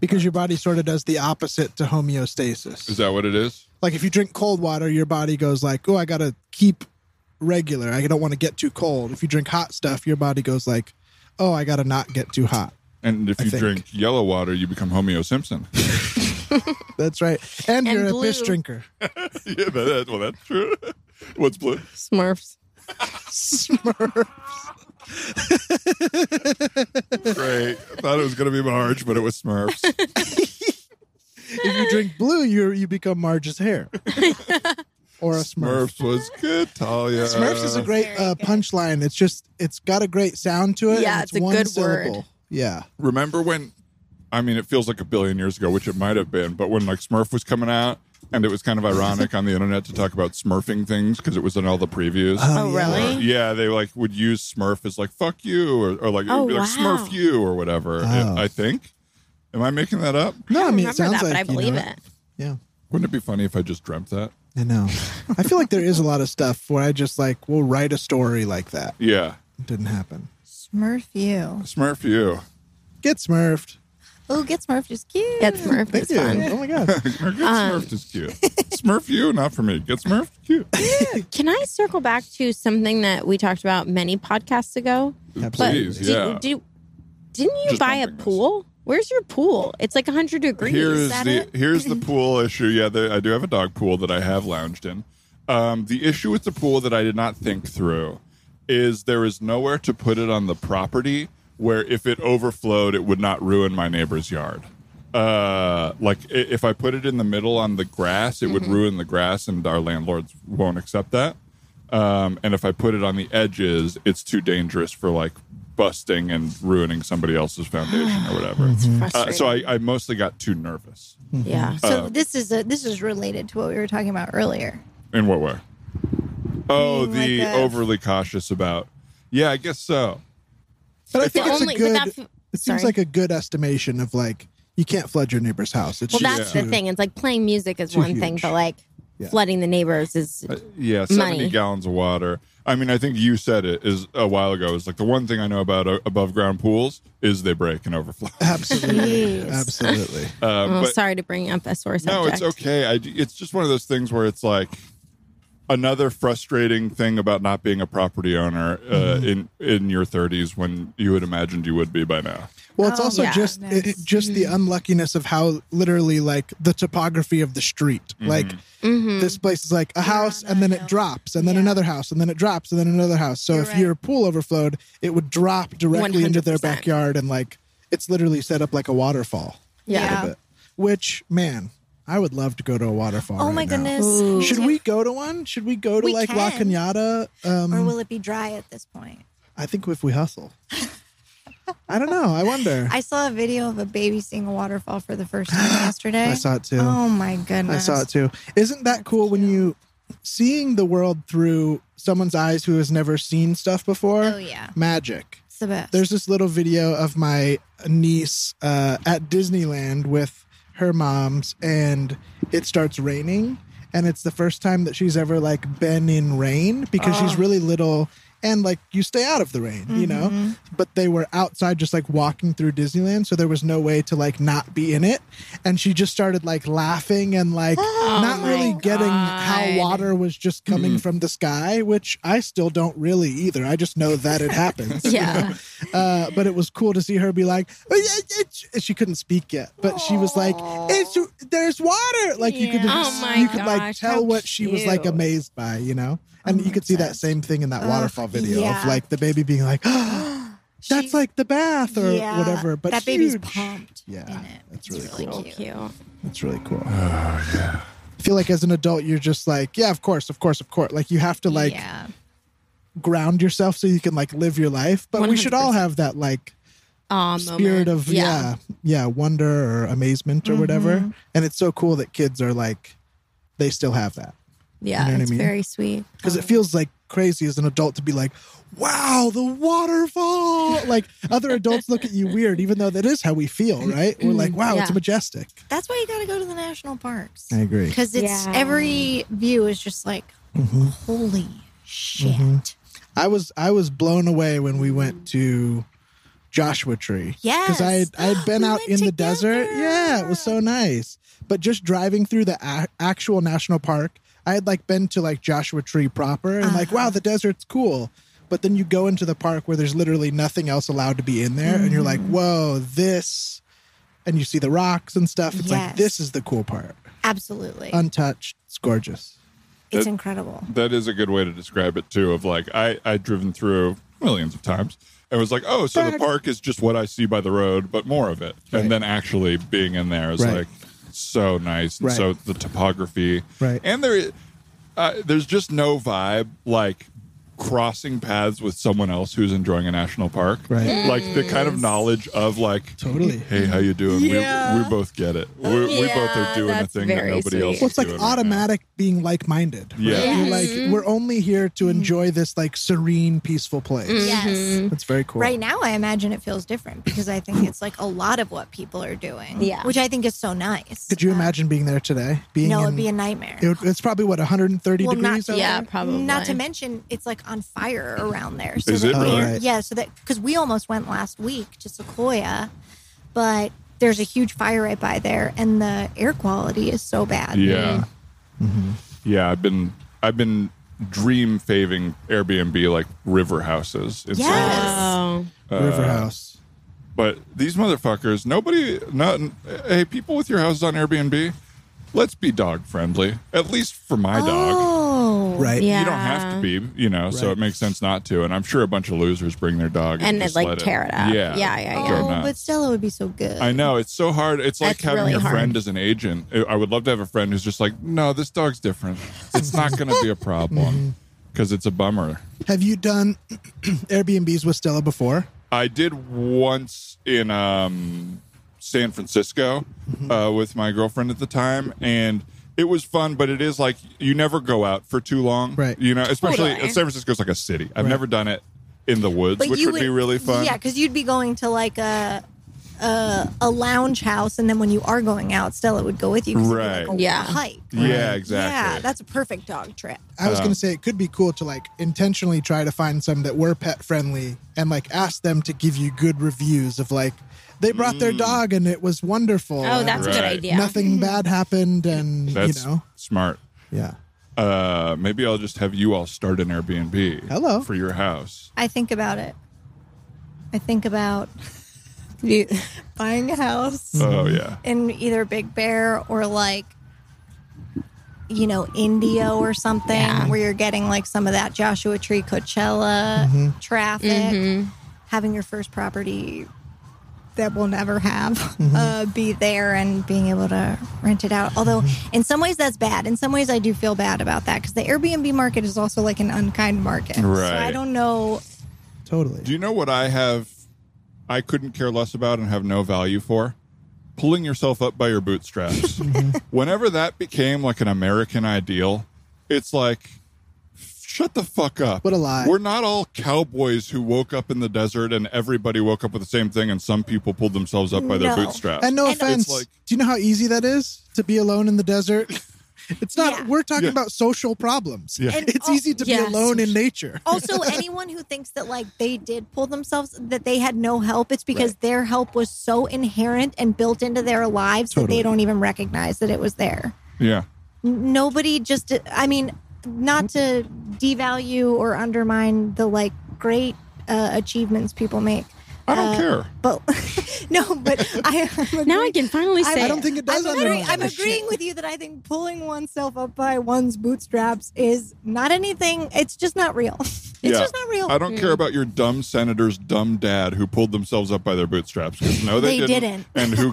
Because your body sort of does the opposite to homeostasis. Is that what it is? like if you drink cold water, your body goes like, "Oh, I gotta keep regular. I don't want to get too cold." If you drink hot stuff, your body goes like, "Oh, I gotta not get too hot." And if I you think. drink yellow water, you become Homeo Simpson. That's right. And, And you're blue. a piss drinker. yeah, that, that- well, that's true. What's blue? Smurfs. Smurf. Great. I thought it was going to be Marge, but it was Smurfs. if you drink blue, you you become Marge's hair. or a Smurf. Smurfs was good, Talia. Smurfs is a great Very uh, good. punchline. It's just it's got a great sound to it. Yeah, and it's a one good word. syllable. Yeah. Remember when? I mean, it feels like a billion years ago, which it might have been, but when like Smurf was coming out, and it was kind of ironic on the internet to talk about Smurfing things because it was in all the previews. Uh-huh. Oh, really? Yeah, they like would use Smurf as like "fuck you" or, or like, it would Oh, be like wow. "Smurf you" or whatever. Oh. I think. Am I making that up? No, I, I don't mean it remember sounds that, like but I you know believe it. Yeah. Wouldn't it be funny if I just dreamt that? I know. I feel like there is a lot of stuff where I just like will write a story like that. Yeah, It didn't happen. Smurf you. Smurf you. Get smurfed. Oh, get Smurfed is cute. Get Smurf. Thank It's you. fun. Oh my god. Get Um. Smurfed is cute. Smurf you, not for me. Get Smurfed, cute. Can I circle back to something that we talked about many podcasts ago? Please, did, yeah. did, didn't you Just buy a bumping this. pool? Where's your pool? It's like 100 degrees. Here's That the it? here's the pool issue. Yeah, there, I do have a dog pool that I have lounged in. Um, the issue with the pool that I did not think through is there is nowhere to put it on the property where if it overflowed, it would not ruin my neighbor's yard. Uh, like i- if I put it in the middle on the grass, it would Mm-hmm. ruin the grass, and our landlords won't accept that. Um, and if I put it on the edges, it's too dangerous for like busting and ruining somebody else's foundation or whatever. Uh, so I, I mostly got too nervous. Yeah. So this is a, this is related to what we were talking about earlier. In what way? Oh, Being like the a- overly cautious about. Yeah, I guess so. But I think The it's only- a but good. that- it seems sorry. like a good estimation of like you can't flood your neighbor's house. It's Well, just that's too- the thing. It's like playing music is too one thing, huge. but like Yeah. flooding the neighbors is oh, Uh, yeah, 70 Money. gallons of water. I mean, I think you said it is a while ago. It's like the one thing I know about uh, above ground pools is they break and overflow. Absolutely, Jeez. absolutely. Uh, Oh, but sorry to bring up a sore subject. no, it's okay. I, it's just one of those things where it's like another frustrating thing about not being a property owner uh, Mm-hmm. in in your 30s when you had imagined you would be by now. Well, it's Oh, Mm-hmm. also yeah. just it, it- just the unluckiness of how literally like the topography of the street. Like Mm-hmm. Mhm. this place is like a house, on and a then it hill. drops, and then Yeah. another house, and then it drops, and then another house. So You're if right. your pool overflowed, it would drop directly into their 100%. backyard, and like it's literally set up like a waterfall. Yeah. of it. Which man, I would love to go to a waterfall. Oh right my now. goodness. Ooh. Should we go to one? Should we go to We like La can. Cañada? Um, Or will it be dry at this point? I think if we hustle. I don't know. I wonder. I, I saw a video of a baby seeing a waterfall for the first time yesterday. saw it too. Oh my goodness. I saw it too. Isn't that cool when you seeing the world through someone's eyes who has never seen stuff before? Oh yeah. Magic. It's the best. There's this little video of my niece uh, at Disneyland with her mom's, and it starts raining, and it's the first time that she's ever like been in rain because Ah. she's really little, and like you stay out of the rain, you Mm-hmm. know. But they were outside, just like walking through Disneyland, so there was no way to like not be in it, and she just started like laughing and like not Oh my really getting God. how water was just coming from the sky, which I still don't really either. I just know that it happens. Yeah. Uh, but it was cool to see her be like, "Oh, yeah, it's-" and she couldn't speak yet, but she was like, "It's there's water!" Like you could, Yeah. Oh just- my you could like gosh, tell how what she was like cute. amazed by, you know. And you could see that same thing in that Ugh, waterfall video yeah. of like the baby being like, "Oh, "That's She's- like the bath or Yeah. whatever." But that baby's huge. pumped. Yeah, in it. that's It's really So cute. cute. That's really cool. I feel like as an adult, you're just like, yeah, of course, of course, of course. Like you have to like yeah. ground yourself so you can like live your life. But we should all 100%. have that like Aw, spirit Um, moment. of yeah. yeah, wonder or amazement or Mm-hmm. whatever. And it's so cool that kids are like, they still have that Yeah, You know what I it's mean? very sweet. because it feels like crazy as an adult to be like, wow, the waterfall. like other adults look at you weird, even though that is how we feel, right? We're like, wow, it's Mm-hmm. Yeah. majestic. That's why you got to go to the national parks I agree. Mm-hmm. because it's Yeah. every view is just like holy shit. I was I was blown away when we went to Joshua Tree. because I had, Yes. I had been We out went in the desert. together. Yeah, it was so nice. But just driving through the a- actual national park, I had like been to like Joshua Tree proper and like Uh-huh. wow, the desert's cool. But then you go into the park where there's literally nothing else allowed to be in there, and you're like, Mm. whoa, this. And you see the rocks and stuff. It's like Yes. this is the cool part, Absolutely. untouched. It's gorgeous. it's that- incredible. That is a good way to describe it too. Of like I I driven through millions of times and was like, oh, so the park is just what I see by the road, but more of it. Right. And then actually being in there is Right. like so nice. And Right. so the topography, Right. And there, i- uh, there's just no vibe like crossing paths with someone else who's enjoying a national park. Right. Like the kind of knowledge of like Totally. Hey, how you doing? We, we both get it. We, we Oh, Yeah, both are doing a that's thing that very nobody sweet. else. Well, is it's like doing right now. automatic being like minded. Yeah. You're like, Mm-hmm. we're only here to enjoy this like serene, peaceful place. Mm-hmm. Yes. That's very cool. Mm-hmm. Right now, I imagine it feels different because I think it's like a lot of what people are doing. Yeah. Which I think is so nice. Could you Uh, imagine being there today? Being no, in, it'd be a nightmare. it would- it's probably what 130 Well, not- degrees. out Yeah, there? probably. Not to mention, it's like on fire around there. So Is that it we're- really? Oh, Right. Yeah, so that because we almost went last week to Sequoia, but there's a huge fire right by there, and the air quality is so bad. Yeah. Mm-hmm. Yeah, I've been I've been dream faving Airbnb like river houses. It's Yes. Oh, River Uh, House. But these motherfuckers, nobody not hey, people with your houses on Airbnb, let's be dog friendly. At least for my dog. Oh, Right. yeah. You don't have to be, you know, so Right. it makes sense not to. And I'm sure a bunch of losers bring their dog and, And then, just like, let tear it up. Yeah, Yeah, yeah, yeah. go Oh, nuts. but Stella would be so good. I know it's so hard. It's like That's having really a hard. friend as an agent. I I would love to have a friend who's just like, no, this dog's different. It's not going to be a Mm-hmm. problem because it's a bummer. Have you done Airbnbs with Stella before? I did once in um, San Francisco Mm-hmm. uh, with my girlfriend at the time, and it was fun. But it is like you never go out for too long, Right. You know, especially Totally. San Francisco's like a city. I've Right. never done it in the woods, But which you would, be really fun. Yeah, because you'd be going to like a a, a lounge house, and then when you are going out, Stella would go with you. 'cause it'd be Right. Like a Yeah. Hike. Yeah, Yeah, exactly. that's a perfect dog trip. I was Uh, gonna say it could be cool to like intentionally try to find some that were pet friendly and like ask them to give you good reviews of like they brought their Mm. dog and it was wonderful. Oh, that's a good Right. idea. Mm-hmm. nothing bad happened and That's you know smart. yeah Uh, maybe I'll just have you all start an Airbnb. Hello. for your house. I think about it. I think about You- buying a house Mm-hmm. Oh yeah. in either Big Bear or like, you know, Indio or something, Yeah. where you're getting like some of that Joshua Tree Coachella Mm-hmm. traffic, Mhm. having your first property that we'll never have Mm-hmm. uh, be there and being able to rent it out. Although, Mm-hmm. in some ways, that's bad. In some ways, I do feel bad about that because the Airbnb market is also like an unkind market. So Right. I don't know. totally Do you know what I have? I couldn't care less about and have no value for pulling yourself up by your bootstraps. Mm-hmm. Whenever that became like an American ideal, it's like. Shut the fuck up. What a lie. We're not all cowboys who woke up in the desert and everybody woke up with the same thing and some people pulled themselves up by their No. bootstraps. and no And- offense It's like- do you know how easy that is to be alone in the desert it's not Yeah. we're talking Yeah. about social problems Yeah. And oh, it's al- easy to yeah, be alone in nature also, anyone who thinks that like they did pull themselves, that they had no help, it's because their help was so inherent and built into their lives that Totally. they don't even recognize that it was there. yeah. N- Nobody just, I mean, not to devalue or undermine the like great uh, achievements people make. I don't Uh, care. But no, but I I'm now I agreeing- can finally say I it. don't think it does I'm undermine agreeing, I'm this shit. agreeing with you that I think pulling oneself up by one's bootstraps is not anything. It's just not real. It's Yeah. just not real. I don't care about your dumb senator's dumb dad who pulled themselves up by their bootstraps. 'cause No, they, They didn't. didn't, And who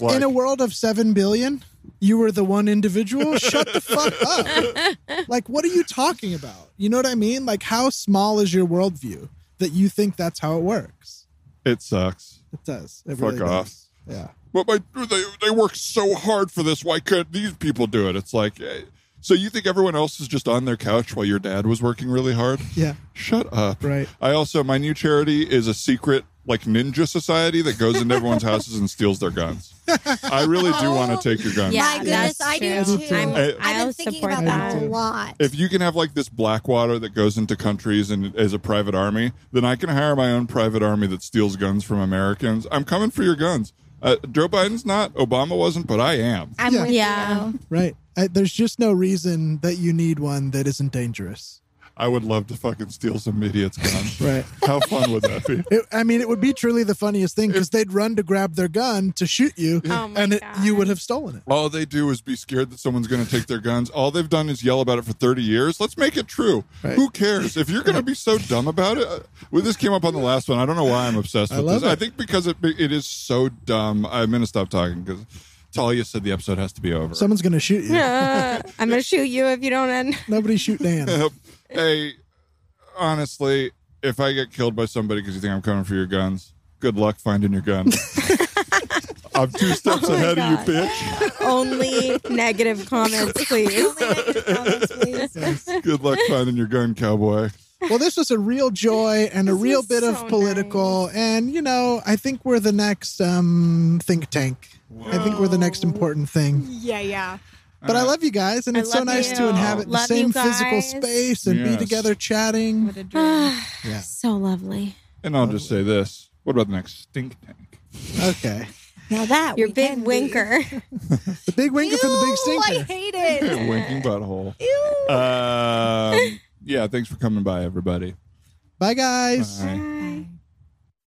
In- in a world of 7 billion you were the one individual shut the fuck up like what are you talking about you know what i mean like how small is your worldview that you think that's how it works it sucks. it does it Fuck really off. does. yeah But my, they they work so hard for this. Why can't these people do it? It's like, eh, so you think everyone else is just on their couch while your dad was working really hard? yeah Shut up. Right. I also my new charity is a secret like ninja society that goes into everyone's houses and steals their guns. I really do Oh. want to take your guns. Yeah, My goodness, that's I do true. too. I'm- I- I've I'll been thinking support about that that. a lot. if you can have like this Blackwater that goes into countries and as a private army, then I can hire my own private army that steals guns from Americans. I'm coming for your guns. Uh, Joe Biden's not. Obama wasn't, but I am. I'm Yeah. with Yeah. you. right I, there's just no reason that you need one that isn't dangerous I would love to fucking steal some idiot's guns. right How fun would that be? It, I mean, it would be truly the funniest thing because they'd run to grab their gun to shoot you, Oh my and it, God. you would have stolen it. All they do is be scared that someone's going to take their guns. All they've done is yell about it for 30 years. Let's make it true. Right. Who cares? If you're going to be so dumb about it, uh, well, this came up on the last one. I don't know why I'm obsessed I with love this. I it. think because it it is so dumb. I'm going to stop talking because Talia said the episode has to be over. Someone's going to shoot you. Uh, I'm gonna shoot you if you don't end. Nobody shoot Dan. Yep. hey, honestly, if I get killed by somebody because you think I'm coming for your guns, good luck finding your gun. I'm two steps Oh my ahead God. of you, bitch. Only negative comments, please. Only negative comments, please. Good luck finding your gun, cowboy. well, this was a real joy and a This real is bit so of political, and you know, I think we're the next um, think tank. I think we're the next Whoa. important thing. Yeah, yeah. But I love you guys, and Oh. I it's so love nice to you. inhabit the Love you same physical guys. space and be Yes. together chatting. What a dream. Ah, Yeah. So lovely. And I'll just say this. What about the next stink tank? Okay. Now that Your we big can be- winker. The big winker from the big Ew, I stinker. hate it. Winking butthole. Ew. Um, yeah, thanks for coming by, everybody. Bye, guys. Bye.